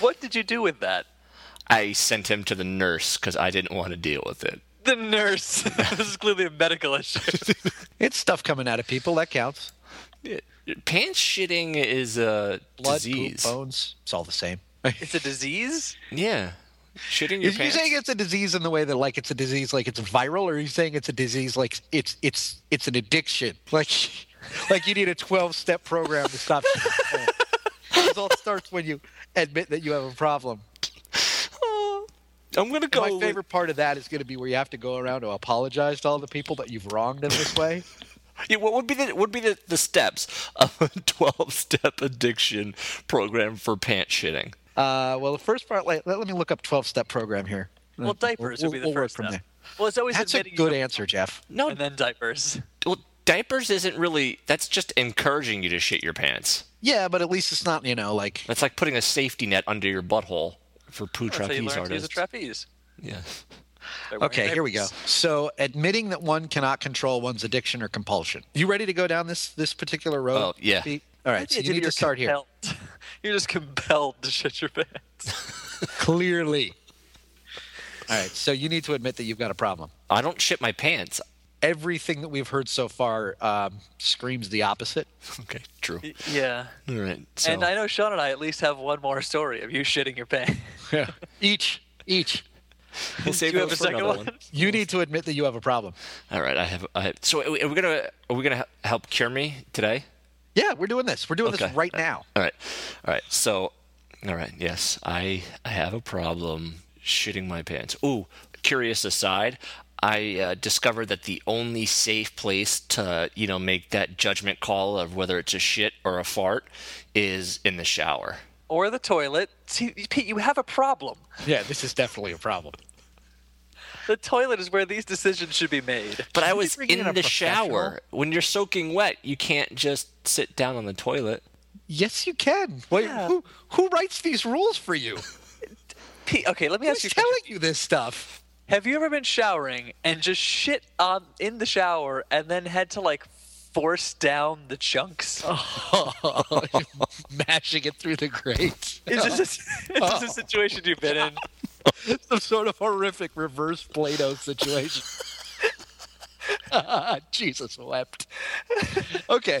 [SPEAKER 1] What did you do with that?
[SPEAKER 2] I sent him to the nurse because I didn't want to deal with it.
[SPEAKER 1] The nurse. [LAUGHS] this is clearly a medical issue.
[SPEAKER 3] It's stuff coming out of people that counts.
[SPEAKER 2] Pants shitting is a
[SPEAKER 3] Blood,
[SPEAKER 2] disease.
[SPEAKER 3] poop, bones, [LAUGHS] it's all the same.
[SPEAKER 2] [LAUGHS]
[SPEAKER 1] It's a disease?
[SPEAKER 2] Yeah, shitting your
[SPEAKER 3] Is you
[SPEAKER 2] pants.
[SPEAKER 3] saying it's a disease in the way that like it's a disease like it's viral, or are you saying it's a disease like it's it's it's an addiction? Like [LAUGHS] like you need a twelve step program to stop.
[SPEAKER 2] [LAUGHS]
[SPEAKER 3] it. It all starts when you admit that you have a problem.
[SPEAKER 2] I'm gonna go.
[SPEAKER 3] My
[SPEAKER 2] with-
[SPEAKER 3] favorite part of that is going to be where you have to go around to apologize to all the people that you've wronged in this
[SPEAKER 1] [LAUGHS]
[SPEAKER 3] way.
[SPEAKER 2] Yeah, what would be the would be the, the steps of a [LAUGHS] twelve step addiction program for pants shitting?
[SPEAKER 3] Uh, well, the first part, like, let, let me look up 12 step program here.
[SPEAKER 1] Well, diapers
[SPEAKER 3] We'll-
[SPEAKER 1] would be the
[SPEAKER 3] we'll work
[SPEAKER 1] first
[SPEAKER 3] from
[SPEAKER 1] step.
[SPEAKER 3] there.
[SPEAKER 1] Well, it's always
[SPEAKER 3] That's a
[SPEAKER 1] admitting
[SPEAKER 3] good
[SPEAKER 1] you
[SPEAKER 3] answer, Jeff.
[SPEAKER 2] No,
[SPEAKER 1] and then diapers. [LAUGHS]
[SPEAKER 2] well, diapers isn't really. That's just encouraging you to shit your pants.
[SPEAKER 3] Yeah, but at least it's not, you know, like,
[SPEAKER 2] That's like putting a safety net under your butthole for poo
[SPEAKER 1] That's how you
[SPEAKER 2] trapeze
[SPEAKER 1] learn to use
[SPEAKER 2] artists.
[SPEAKER 1] a trapeze.
[SPEAKER 2] yeah.
[SPEAKER 1] by wearing
[SPEAKER 3] okay, here we go.
[SPEAKER 1] diapers.
[SPEAKER 3] So, admitting that one cannot control one's addiction or compulsion. You ready to go down this this particular road?
[SPEAKER 2] Oh, yeah.
[SPEAKER 3] Pete? All right,
[SPEAKER 1] The
[SPEAKER 3] so
[SPEAKER 1] idea
[SPEAKER 3] you
[SPEAKER 1] that
[SPEAKER 3] need to
[SPEAKER 1] you're
[SPEAKER 3] start here.
[SPEAKER 1] compelled- [LAUGHS] You're just compelled to shit your
[SPEAKER 3] [LAUGHS]
[SPEAKER 1] pants.
[SPEAKER 3] Clearly. All right, so you need to admit that you've got a problem.
[SPEAKER 2] I don't shit my pants. [LAUGHS]
[SPEAKER 3] Everything that we've heard so far um, screams the opposite.
[SPEAKER 2] Okay, true.
[SPEAKER 1] Y- Yeah.
[SPEAKER 2] All right. So,
[SPEAKER 1] And I know Sean and I at least have one more story of you shitting your [LAUGHS] pants.
[SPEAKER 3] Yeah. Each, each.
[SPEAKER 2] [LAUGHS] we'll save
[SPEAKER 1] Do you
[SPEAKER 2] those
[SPEAKER 1] have a
[SPEAKER 2] for
[SPEAKER 1] second
[SPEAKER 2] another
[SPEAKER 1] one? [LAUGHS]
[SPEAKER 3] You need to admit that you have a problem.
[SPEAKER 2] All right. I have. I have so are we, are we gonna are we gonna he- help cure me today?
[SPEAKER 3] Yeah, we're doing this. We're doing this
[SPEAKER 2] Okay.
[SPEAKER 3] right now.
[SPEAKER 2] All right. All right. So, all right. Yes, I I have a problem shitting my pants. Ooh, curious aside, I uh, discovered that the only safe place to, you know, make that judgment call of whether it's a shit or a fart is in the shower.
[SPEAKER 1] or the toilet. See, Pete, you have a problem.
[SPEAKER 5] Yeah, this is definitely a problem.
[SPEAKER 1] The toilet is where these decisions should be made.
[SPEAKER 2] But I was
[SPEAKER 3] bring in
[SPEAKER 2] in
[SPEAKER 3] a
[SPEAKER 2] the shower. When you're soaking wet, you can't just sit down on the toilet.
[SPEAKER 3] Yes, you can. Wait,
[SPEAKER 1] Yeah.
[SPEAKER 3] who who writes these rules for you?
[SPEAKER 1] Pete, okay, let me
[SPEAKER 3] Who's
[SPEAKER 1] ask you. a question.
[SPEAKER 3] telling you this
[SPEAKER 5] [LAUGHS]
[SPEAKER 3] stuff?
[SPEAKER 1] Have you ever been showering and just shit um, in the shower and then had to like force down the [LAUGHS] chunks?
[SPEAKER 3] Mashing it through the grates.
[SPEAKER 1] Is this, a, [LAUGHS] is this a situation you've been in?
[SPEAKER 3] Some sort of horrific reverse Play-Doh
[SPEAKER 5] [LAUGHS]
[SPEAKER 3] situation. [LAUGHS] Jesus wept. Okay,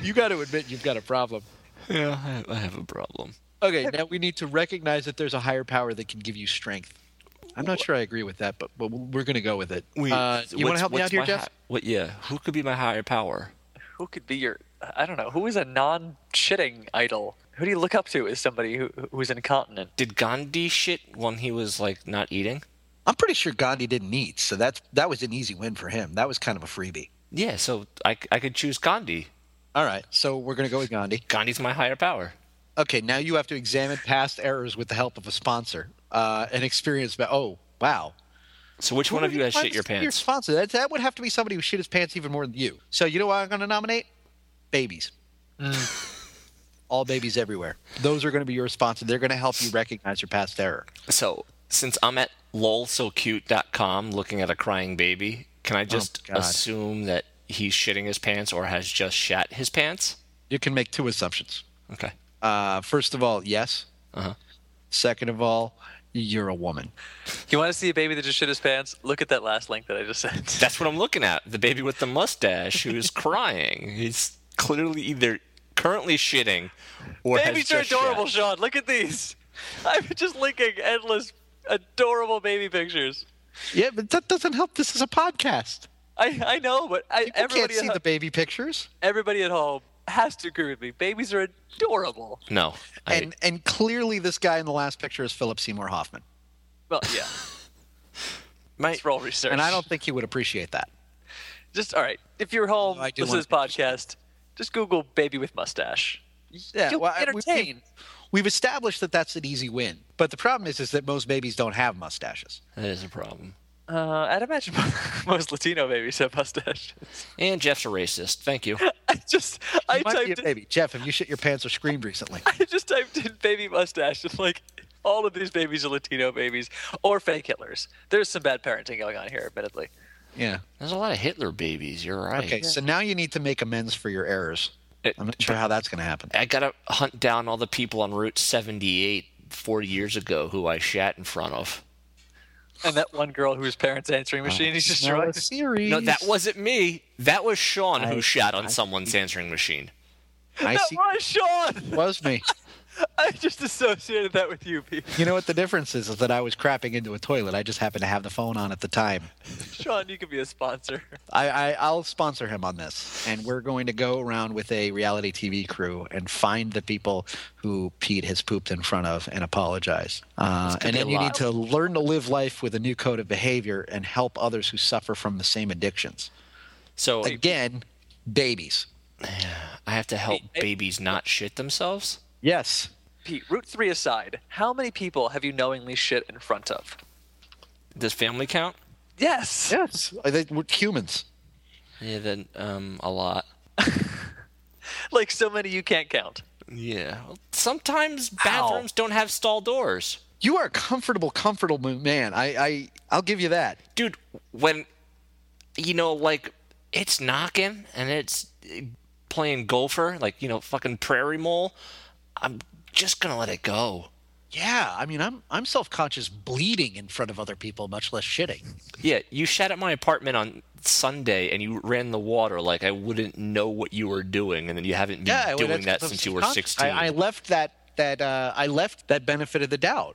[SPEAKER 3] you got to admit you've got a problem.
[SPEAKER 2] Yeah, I have, I have a problem.
[SPEAKER 3] Okay, now we need to recognize that there's a higher power that can give you strength. I'm not sure I agree with that, but, but we're going to go with it. uh, you want
[SPEAKER 2] what's-
[SPEAKER 3] to help me
[SPEAKER 2] what's
[SPEAKER 3] out here,
[SPEAKER 2] my
[SPEAKER 3] Jeff?
[SPEAKER 2] hi- what? Yeah, who could be my higher power?
[SPEAKER 1] Who could be your? I don't know. Who is a non-shitting idol? Who do you look up to as somebody who who's incontinent?
[SPEAKER 2] Did Gandhi shit when he was like not eating?
[SPEAKER 3] I'm pretty sure Gandhi didn't eat, so that's that was an easy win for him. That was kind of a freebie.
[SPEAKER 2] Yeah, so I, I could choose Gandhi.
[SPEAKER 3] All right, so we're going to go with Gandhi.
[SPEAKER 2] Gandhi's my higher power.
[SPEAKER 3] Okay, now you have to examine past errors with the help of a sponsor. Uh, an experienced ma- oh wow.
[SPEAKER 2] So which one of you has
[SPEAKER 3] Why
[SPEAKER 2] shit your
[SPEAKER 3] does it have to be Your
[SPEAKER 2] pants?
[SPEAKER 3] sponsor. That, that would have to be somebody who shit his pants even more than you. So you know what I'm going to nominate? Babies.
[SPEAKER 2] Mm.
[SPEAKER 3] All babies everywhere. Those are going to be your sponsor. They're going to help you recognize your past error.
[SPEAKER 2] So since I'm at lolsocute.com looking at a crying baby, can I just
[SPEAKER 3] God.
[SPEAKER 2] assume that he's shitting his pants or has just shat his pants?
[SPEAKER 3] You can make two assumptions.
[SPEAKER 2] Okay.
[SPEAKER 3] Uh, first of all, yes.
[SPEAKER 2] Uh-huh.
[SPEAKER 3] Second of all, you're a woman.
[SPEAKER 1] You want to see a baby that just shit his pants? Look at that last link that I just [LAUGHS] sent.
[SPEAKER 2] That's what I'm looking at. The baby with the mustache who's crying. He's clearly either currently shitting or has
[SPEAKER 1] Babies are
[SPEAKER 2] just
[SPEAKER 1] adorable,
[SPEAKER 2] shat.
[SPEAKER 1] Sean. Look at these. [LAUGHS] I'm just linking endless adorable baby pictures.
[SPEAKER 3] Yeah, but that doesn't help. This is a podcast.
[SPEAKER 1] I, I know, but I,
[SPEAKER 3] People can't
[SPEAKER 1] everybody at,
[SPEAKER 3] see
[SPEAKER 1] ho-
[SPEAKER 3] the baby pictures.
[SPEAKER 1] everybody at home has to agree with me. Babies are adorable.
[SPEAKER 2] No. I,
[SPEAKER 3] And and clearly, this guy in the last picture is Philip Seymour Hoffman,
[SPEAKER 1] Well, [LAUGHS] yeah,
[SPEAKER 2] my,
[SPEAKER 1] it's for all research.
[SPEAKER 3] and I don't think he would appreciate that.
[SPEAKER 1] just all right. If you're home,
[SPEAKER 3] Oh, I do
[SPEAKER 1] listen to this
[SPEAKER 3] want
[SPEAKER 1] podcast. Just Google baby with mustache.
[SPEAKER 3] Yeah,
[SPEAKER 1] You'll
[SPEAKER 3] well,
[SPEAKER 1] be
[SPEAKER 3] I- we-
[SPEAKER 1] entertained.
[SPEAKER 3] We've established that that's an easy win, but the problem is, is that most babies don't have mustaches.
[SPEAKER 2] that is a problem.
[SPEAKER 1] Uh, I'd imagine [LAUGHS] most Latino babies have mustache.
[SPEAKER 2] And Jeff's a racist. Thank you.
[SPEAKER 1] [LAUGHS] I just I
[SPEAKER 3] You might be a
[SPEAKER 1] typed in,
[SPEAKER 3] baby. Jeff, have you shit your pants or screamed recently?
[SPEAKER 1] [LAUGHS] I just typed in baby mustache and like all of these babies are Latino babies or fake Hitlers. There's some bad parenting going on here, admittedly.
[SPEAKER 3] Yeah.
[SPEAKER 2] There's a lot of Hitler babies. You're right.
[SPEAKER 3] Okay, so now you need to make amends for your errors.
[SPEAKER 2] It-
[SPEAKER 3] I'm not sure how that's going
[SPEAKER 1] [LAUGHS]
[SPEAKER 3] to happen.
[SPEAKER 2] I gotta hunt down all the people on Route 78 40 years ago who I shat in front of.
[SPEAKER 1] And that one girl whose parents' answering
[SPEAKER 3] Oh,
[SPEAKER 1] machine he's just
[SPEAKER 3] Now, a
[SPEAKER 1] right.
[SPEAKER 3] series.
[SPEAKER 2] No, that wasn't me. That was Sean who shat on someone's answering machine.
[SPEAKER 1] [LAUGHS]
[SPEAKER 3] I
[SPEAKER 1] That
[SPEAKER 3] see.
[SPEAKER 1] was Sean. [LAUGHS]
[SPEAKER 3] It was me.
[SPEAKER 1] I just associated that with you, Pete.
[SPEAKER 3] You know what the difference is? Is that I was crapping into a toilet. I just happened to have the phone on at the time.
[SPEAKER 1] [LAUGHS] Sean, you could be a sponsor. [LAUGHS]
[SPEAKER 3] I, I I'll sponsor him on this, and we're going to go around with a reality TV crew and find the people who Pete has pooped in front of and apologize. Uh, and
[SPEAKER 2] be
[SPEAKER 3] then
[SPEAKER 2] a
[SPEAKER 3] you
[SPEAKER 2] lot.
[SPEAKER 3] need to learn to live life with a new code of behavior and help others who suffer from the same addictions.
[SPEAKER 2] So
[SPEAKER 3] Again, babies.
[SPEAKER 2] I have to help
[SPEAKER 1] I-
[SPEAKER 2] babies not shit themselves?
[SPEAKER 3] Yes.
[SPEAKER 1] Pete, Route 3 aside, how many people have you knowingly shit in front of?
[SPEAKER 2] Does family count?
[SPEAKER 1] Yes. [LAUGHS]
[SPEAKER 3] Yes. I think We're humans.
[SPEAKER 2] Yeah, then um, a lot.
[SPEAKER 1] Like so many you can't count.
[SPEAKER 2] Yeah. Sometimes bathrooms don't have stall doors.
[SPEAKER 3] You are a comfortable, comfortable man. I, I I'll give you that.
[SPEAKER 2] Dude, when, you know, like, it's knocking and it's eh, playing gopher, like, you know, fucking prairie mole, I'm just gonna let it go.
[SPEAKER 3] Yeah, I mean, I'm I'm self-conscious bleeding in front of other people, much less shitting.
[SPEAKER 2] Yeah, you shat at my apartment on Sunday and you ran the water like I wouldn't know what you were doing, and then you haven't been
[SPEAKER 3] Yeah, well,
[SPEAKER 2] doing
[SPEAKER 3] that's
[SPEAKER 2] that
[SPEAKER 3] because I'm
[SPEAKER 2] since you were
[SPEAKER 3] self-conscious.
[SPEAKER 2] 16.
[SPEAKER 3] I, I left that that uh, I left that benefit of the doubt.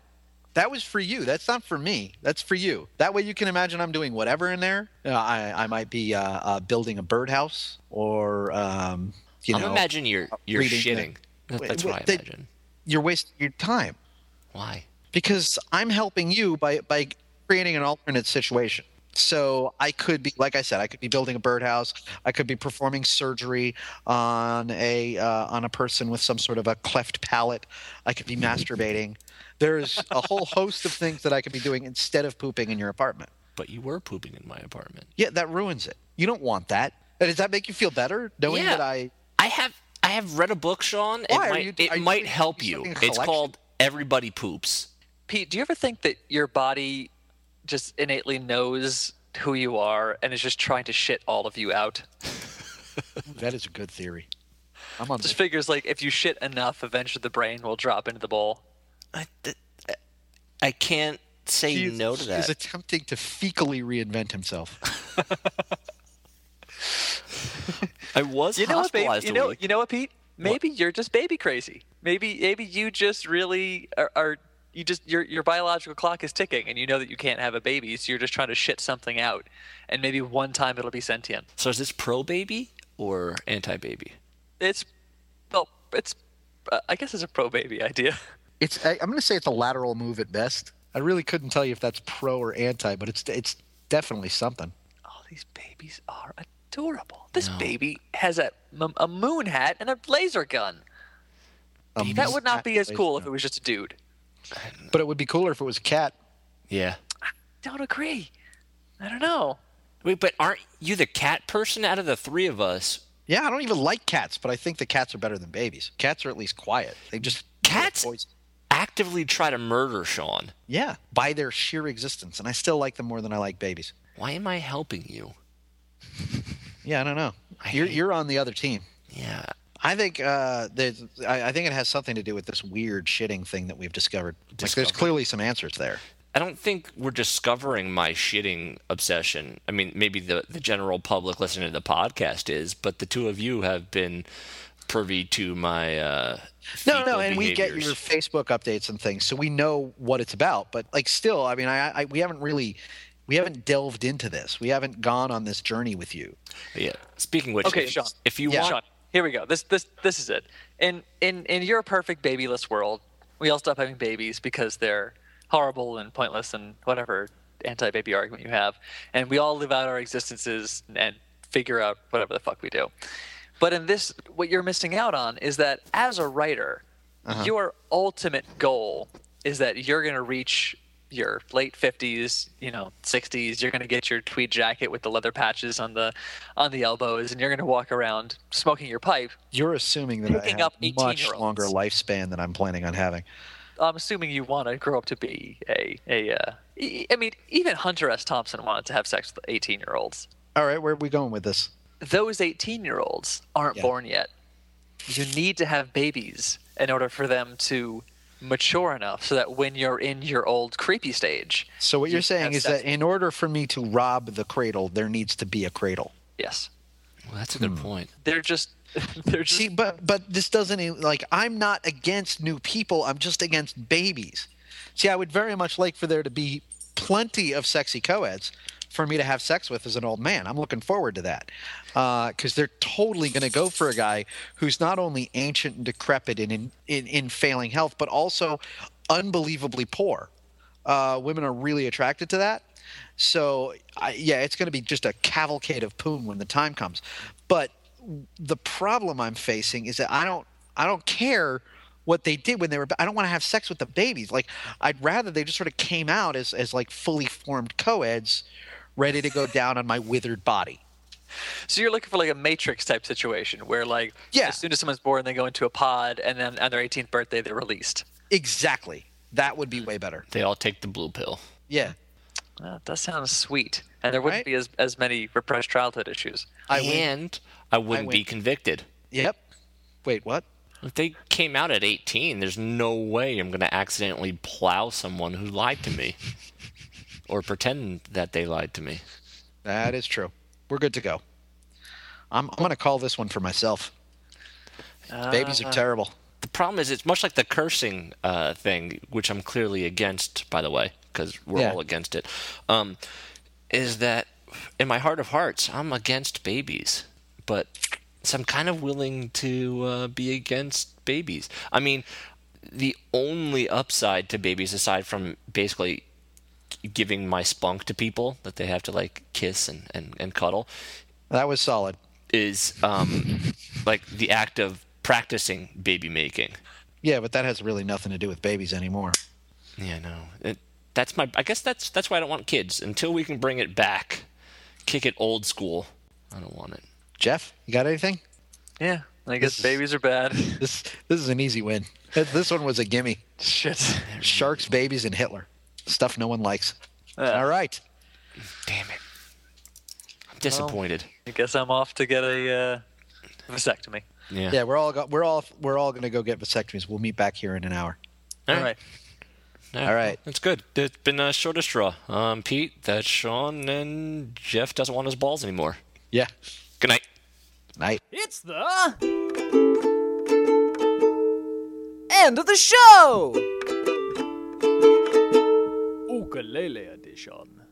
[SPEAKER 3] That was for you. That's not for me. That's for you. That way, you can imagine I'm doing whatever in there. Uh, I I might be uh, uh, building a birdhouse or um, you
[SPEAKER 2] I'm
[SPEAKER 3] know
[SPEAKER 2] imagining you're you're
[SPEAKER 3] reading the-
[SPEAKER 2] shitting. That- That's
[SPEAKER 3] Wait,
[SPEAKER 2] what I
[SPEAKER 3] they-
[SPEAKER 2] imagine.
[SPEAKER 3] you're wasting your time
[SPEAKER 2] Why?
[SPEAKER 3] because I'm helping you by by creating an alternate situation. So I could be, like I said, I could be building a birdhouse. I could be performing surgery on a uh, on a person with some sort of a cleft palate. I could be masturbating. There's a whole host of things that I could be doing instead of pooping in your apartment.
[SPEAKER 2] But you were pooping in my apartment.
[SPEAKER 3] Yeah, that ruins it. You don't want that. And Does that make you feel better knowing
[SPEAKER 2] Yeah.
[SPEAKER 3] that I?
[SPEAKER 2] I have I have read a book, Sean.
[SPEAKER 3] Why?
[SPEAKER 2] it
[SPEAKER 3] Are
[SPEAKER 2] might,
[SPEAKER 3] you-
[SPEAKER 2] it
[SPEAKER 3] are you
[SPEAKER 2] might
[SPEAKER 3] doing
[SPEAKER 2] help you.
[SPEAKER 3] something in
[SPEAKER 2] It's
[SPEAKER 3] collection?
[SPEAKER 2] called Everybody Poops.
[SPEAKER 1] Pete, do you ever think that your body just innately knows who you are and is just trying to shit all of you out?
[SPEAKER 3] That is a good theory. I'm on.
[SPEAKER 1] Just
[SPEAKER 3] board.
[SPEAKER 1] figures like if you shit enough, eventually the brain will drop into the bowl.
[SPEAKER 2] I, th- I can't say
[SPEAKER 3] He is-
[SPEAKER 2] no to
[SPEAKER 3] he is
[SPEAKER 2] that.
[SPEAKER 3] attempting to fecally reinvent himself.
[SPEAKER 2] I was
[SPEAKER 1] You know what, babe,
[SPEAKER 2] hospitalized
[SPEAKER 1] you
[SPEAKER 2] a
[SPEAKER 1] know,
[SPEAKER 2] week.
[SPEAKER 1] you know what, Pete? Maybe you're just baby crazy. Maybe maybe you just really are, are you just your your biological clock is ticking and you know that you can't have a baby, so you're just trying to shit something out. And maybe one time it'll be sentient.
[SPEAKER 2] so is this pro baby or anti baby?
[SPEAKER 1] It's well, it's uh, I guess it's a pro baby idea. [LAUGHS]
[SPEAKER 3] It's I, I'm going to say it's a lateral move at best. I really couldn't tell you if that's pro or anti, but it's it's definitely something.
[SPEAKER 1] Oh, these babies are adorable. This baby has a, m- a moon hat and a laser gun.
[SPEAKER 3] Um,
[SPEAKER 1] That would not be as cool if it was just a dude.
[SPEAKER 3] But it would be cooler if it was a cat.
[SPEAKER 2] Yeah.
[SPEAKER 1] Don't agree. I don't know.
[SPEAKER 2] Wait, but aren't you the cat person out of the three of us?
[SPEAKER 3] Yeah, I don't even like cats, but I think the cats are better than babies. Cats are at least quiet. They just
[SPEAKER 2] Cats
[SPEAKER 3] They're poison.
[SPEAKER 2] actively try to murder Sean.
[SPEAKER 3] Yeah, by their sheer existence, and I still like them more than I like babies.
[SPEAKER 2] Why am I helping you?
[SPEAKER 3] Yeah, I don't know. You're you're on the other team.
[SPEAKER 2] Yeah.
[SPEAKER 3] I think uh, there's, I, I think it has something to do with this weird shitting thing that we've discovered. Like, there's
[SPEAKER 2] Discovered.
[SPEAKER 3] clearly some answers there.
[SPEAKER 2] I don't think we're discovering my shitting obsession. I mean, maybe the, the general public listening to the podcast is, but the two of you have been privy to my. Uh,
[SPEAKER 3] No,
[SPEAKER 2] fecal
[SPEAKER 3] no, and we get your
[SPEAKER 2] behaviors.
[SPEAKER 3] Facebook updates and things, so we know what it's about. But like, still, I mean, I, I we haven't really, we haven't delved into this. We haven't gone on this journey with you.
[SPEAKER 2] Yeah. Speaking of which,
[SPEAKER 1] Okay,
[SPEAKER 2] if,
[SPEAKER 1] Sean.
[SPEAKER 2] if you
[SPEAKER 3] Yeah.
[SPEAKER 2] want,
[SPEAKER 1] Sean, here we go. This this this is it. In in in your perfect babyless world, we all stop having babies because they're horrible and pointless and whatever anti-baby argument you have, and we all live out our existences and figure out whatever the fuck we do. But in this, what you're missing out on is that as a writer, your ultimate goal is that you're going to reach your late 50s, you know, 60s, you're going to get your tweed jacket with the leather patches on the on the elbows and you're going to walk around smoking your pipe.
[SPEAKER 3] You're assuming that
[SPEAKER 1] Picking
[SPEAKER 3] I have
[SPEAKER 1] up 18
[SPEAKER 3] much
[SPEAKER 1] year olds.
[SPEAKER 3] longer lifespan than I'm planning on having.
[SPEAKER 1] I'm assuming you want to grow up to be a a uh, e- I mean, even Hunter S. Thompson wanted to have sex with 18-year-olds.
[SPEAKER 3] All right, where are we going with this?
[SPEAKER 1] Those 18-year-olds aren't
[SPEAKER 3] Yeah.
[SPEAKER 1] born yet. You need to have babies in order for them to mature enough so that when you're in your old creepy stage.
[SPEAKER 3] So what
[SPEAKER 1] you
[SPEAKER 3] you're
[SPEAKER 1] can
[SPEAKER 3] saying
[SPEAKER 1] have
[SPEAKER 3] is
[SPEAKER 1] sex
[SPEAKER 3] that in order for me to rob the cradle, there needs to be a cradle.
[SPEAKER 1] Yes.
[SPEAKER 2] well, that's a good point.
[SPEAKER 1] They're just they're just
[SPEAKER 3] See, but but this doesn't even- like I'm not against new people. I'm just against babies. See, I would very much like for there to be plenty of sexy co-eds for me to have sex with as an old man. I'm looking forward to that because they're totally going to go for a guy who's not only ancient and decrepit and in in, in failing health, but also unbelievably poor. Uh, women are really attracted to that. So, I, yeah, it's going to be just a cavalcade of poon when the time comes. But the problem I'm facing is that I don't I don't care what they did when they were I don't want to have sex with the babies. Like I'd rather they just sort of came out as as like fully formed co-eds ready to go down on my withered body.
[SPEAKER 1] So you're looking for like a Matrix type situation where like
[SPEAKER 3] Yeah.
[SPEAKER 1] as soon as someone's born, they go into a pod, and then on their 18th birthday, they're released.
[SPEAKER 3] Exactly. That would be way better.
[SPEAKER 2] They all take the blue pill.
[SPEAKER 3] Yeah.
[SPEAKER 1] Well, that sounds sweet, and there wouldn't
[SPEAKER 3] Right?
[SPEAKER 1] be as, as many repressed childhood issues.
[SPEAKER 3] I win.
[SPEAKER 2] and I wouldn't
[SPEAKER 3] win.
[SPEAKER 2] be convicted.
[SPEAKER 3] Yep. Wait, what?
[SPEAKER 2] If they came out at 18, there's no way I'm going to accidentally plow someone who lied to me or pretend that they lied to me.
[SPEAKER 3] That is true. We're good to go. I'm I'm going to call this one for myself. Babies are terrible.
[SPEAKER 2] The problem is, it's much like the cursing uh, thing, which I'm clearly against, by the way, because we're
[SPEAKER 3] Yeah.
[SPEAKER 2] all against it. Um, is that in my heart of hearts, I'm against babies, but so I'm kind of willing to uh, be against babies. I mean, the only upside to babies, aside from basically giving my spunk to people that they have to like kiss and, and, and cuddle
[SPEAKER 3] That was solid.
[SPEAKER 2] is um, like the act of practicing baby making.
[SPEAKER 3] Yeah, but that has really nothing to do with babies anymore.
[SPEAKER 2] Yeah, no. It, that's my. I guess that's that's why I don't want kids until we can bring it back, kick it old school. I don't want it.
[SPEAKER 3] Jeff, you got anything?
[SPEAKER 1] Yeah, I guess
[SPEAKER 3] This is-
[SPEAKER 1] babies are bad.
[SPEAKER 3] [LAUGHS] This this is an easy win. This this one was a gimme.
[SPEAKER 1] Shit.
[SPEAKER 3] Sharks, babies, and Hitler. Stuff no one likes.
[SPEAKER 1] Uh,
[SPEAKER 3] All right.
[SPEAKER 2] Damn it. I'm disappointed.
[SPEAKER 1] I guess I'm off to get a uh, vasectomy.
[SPEAKER 2] yeah.
[SPEAKER 3] Yeah, we're all go- we're all we're all going to go get vasectomies. We'll meet back here in an hour.
[SPEAKER 1] All
[SPEAKER 2] All
[SPEAKER 1] right.
[SPEAKER 2] right.
[SPEAKER 3] All right.
[SPEAKER 2] That's good. It's been a shorter straw. Um, Pete, that's Sean, and Jeff doesn't want his balls anymore.
[SPEAKER 3] Yeah.
[SPEAKER 2] Good night.
[SPEAKER 3] Night.
[SPEAKER 4] It's the end of the show. Ukulele edition.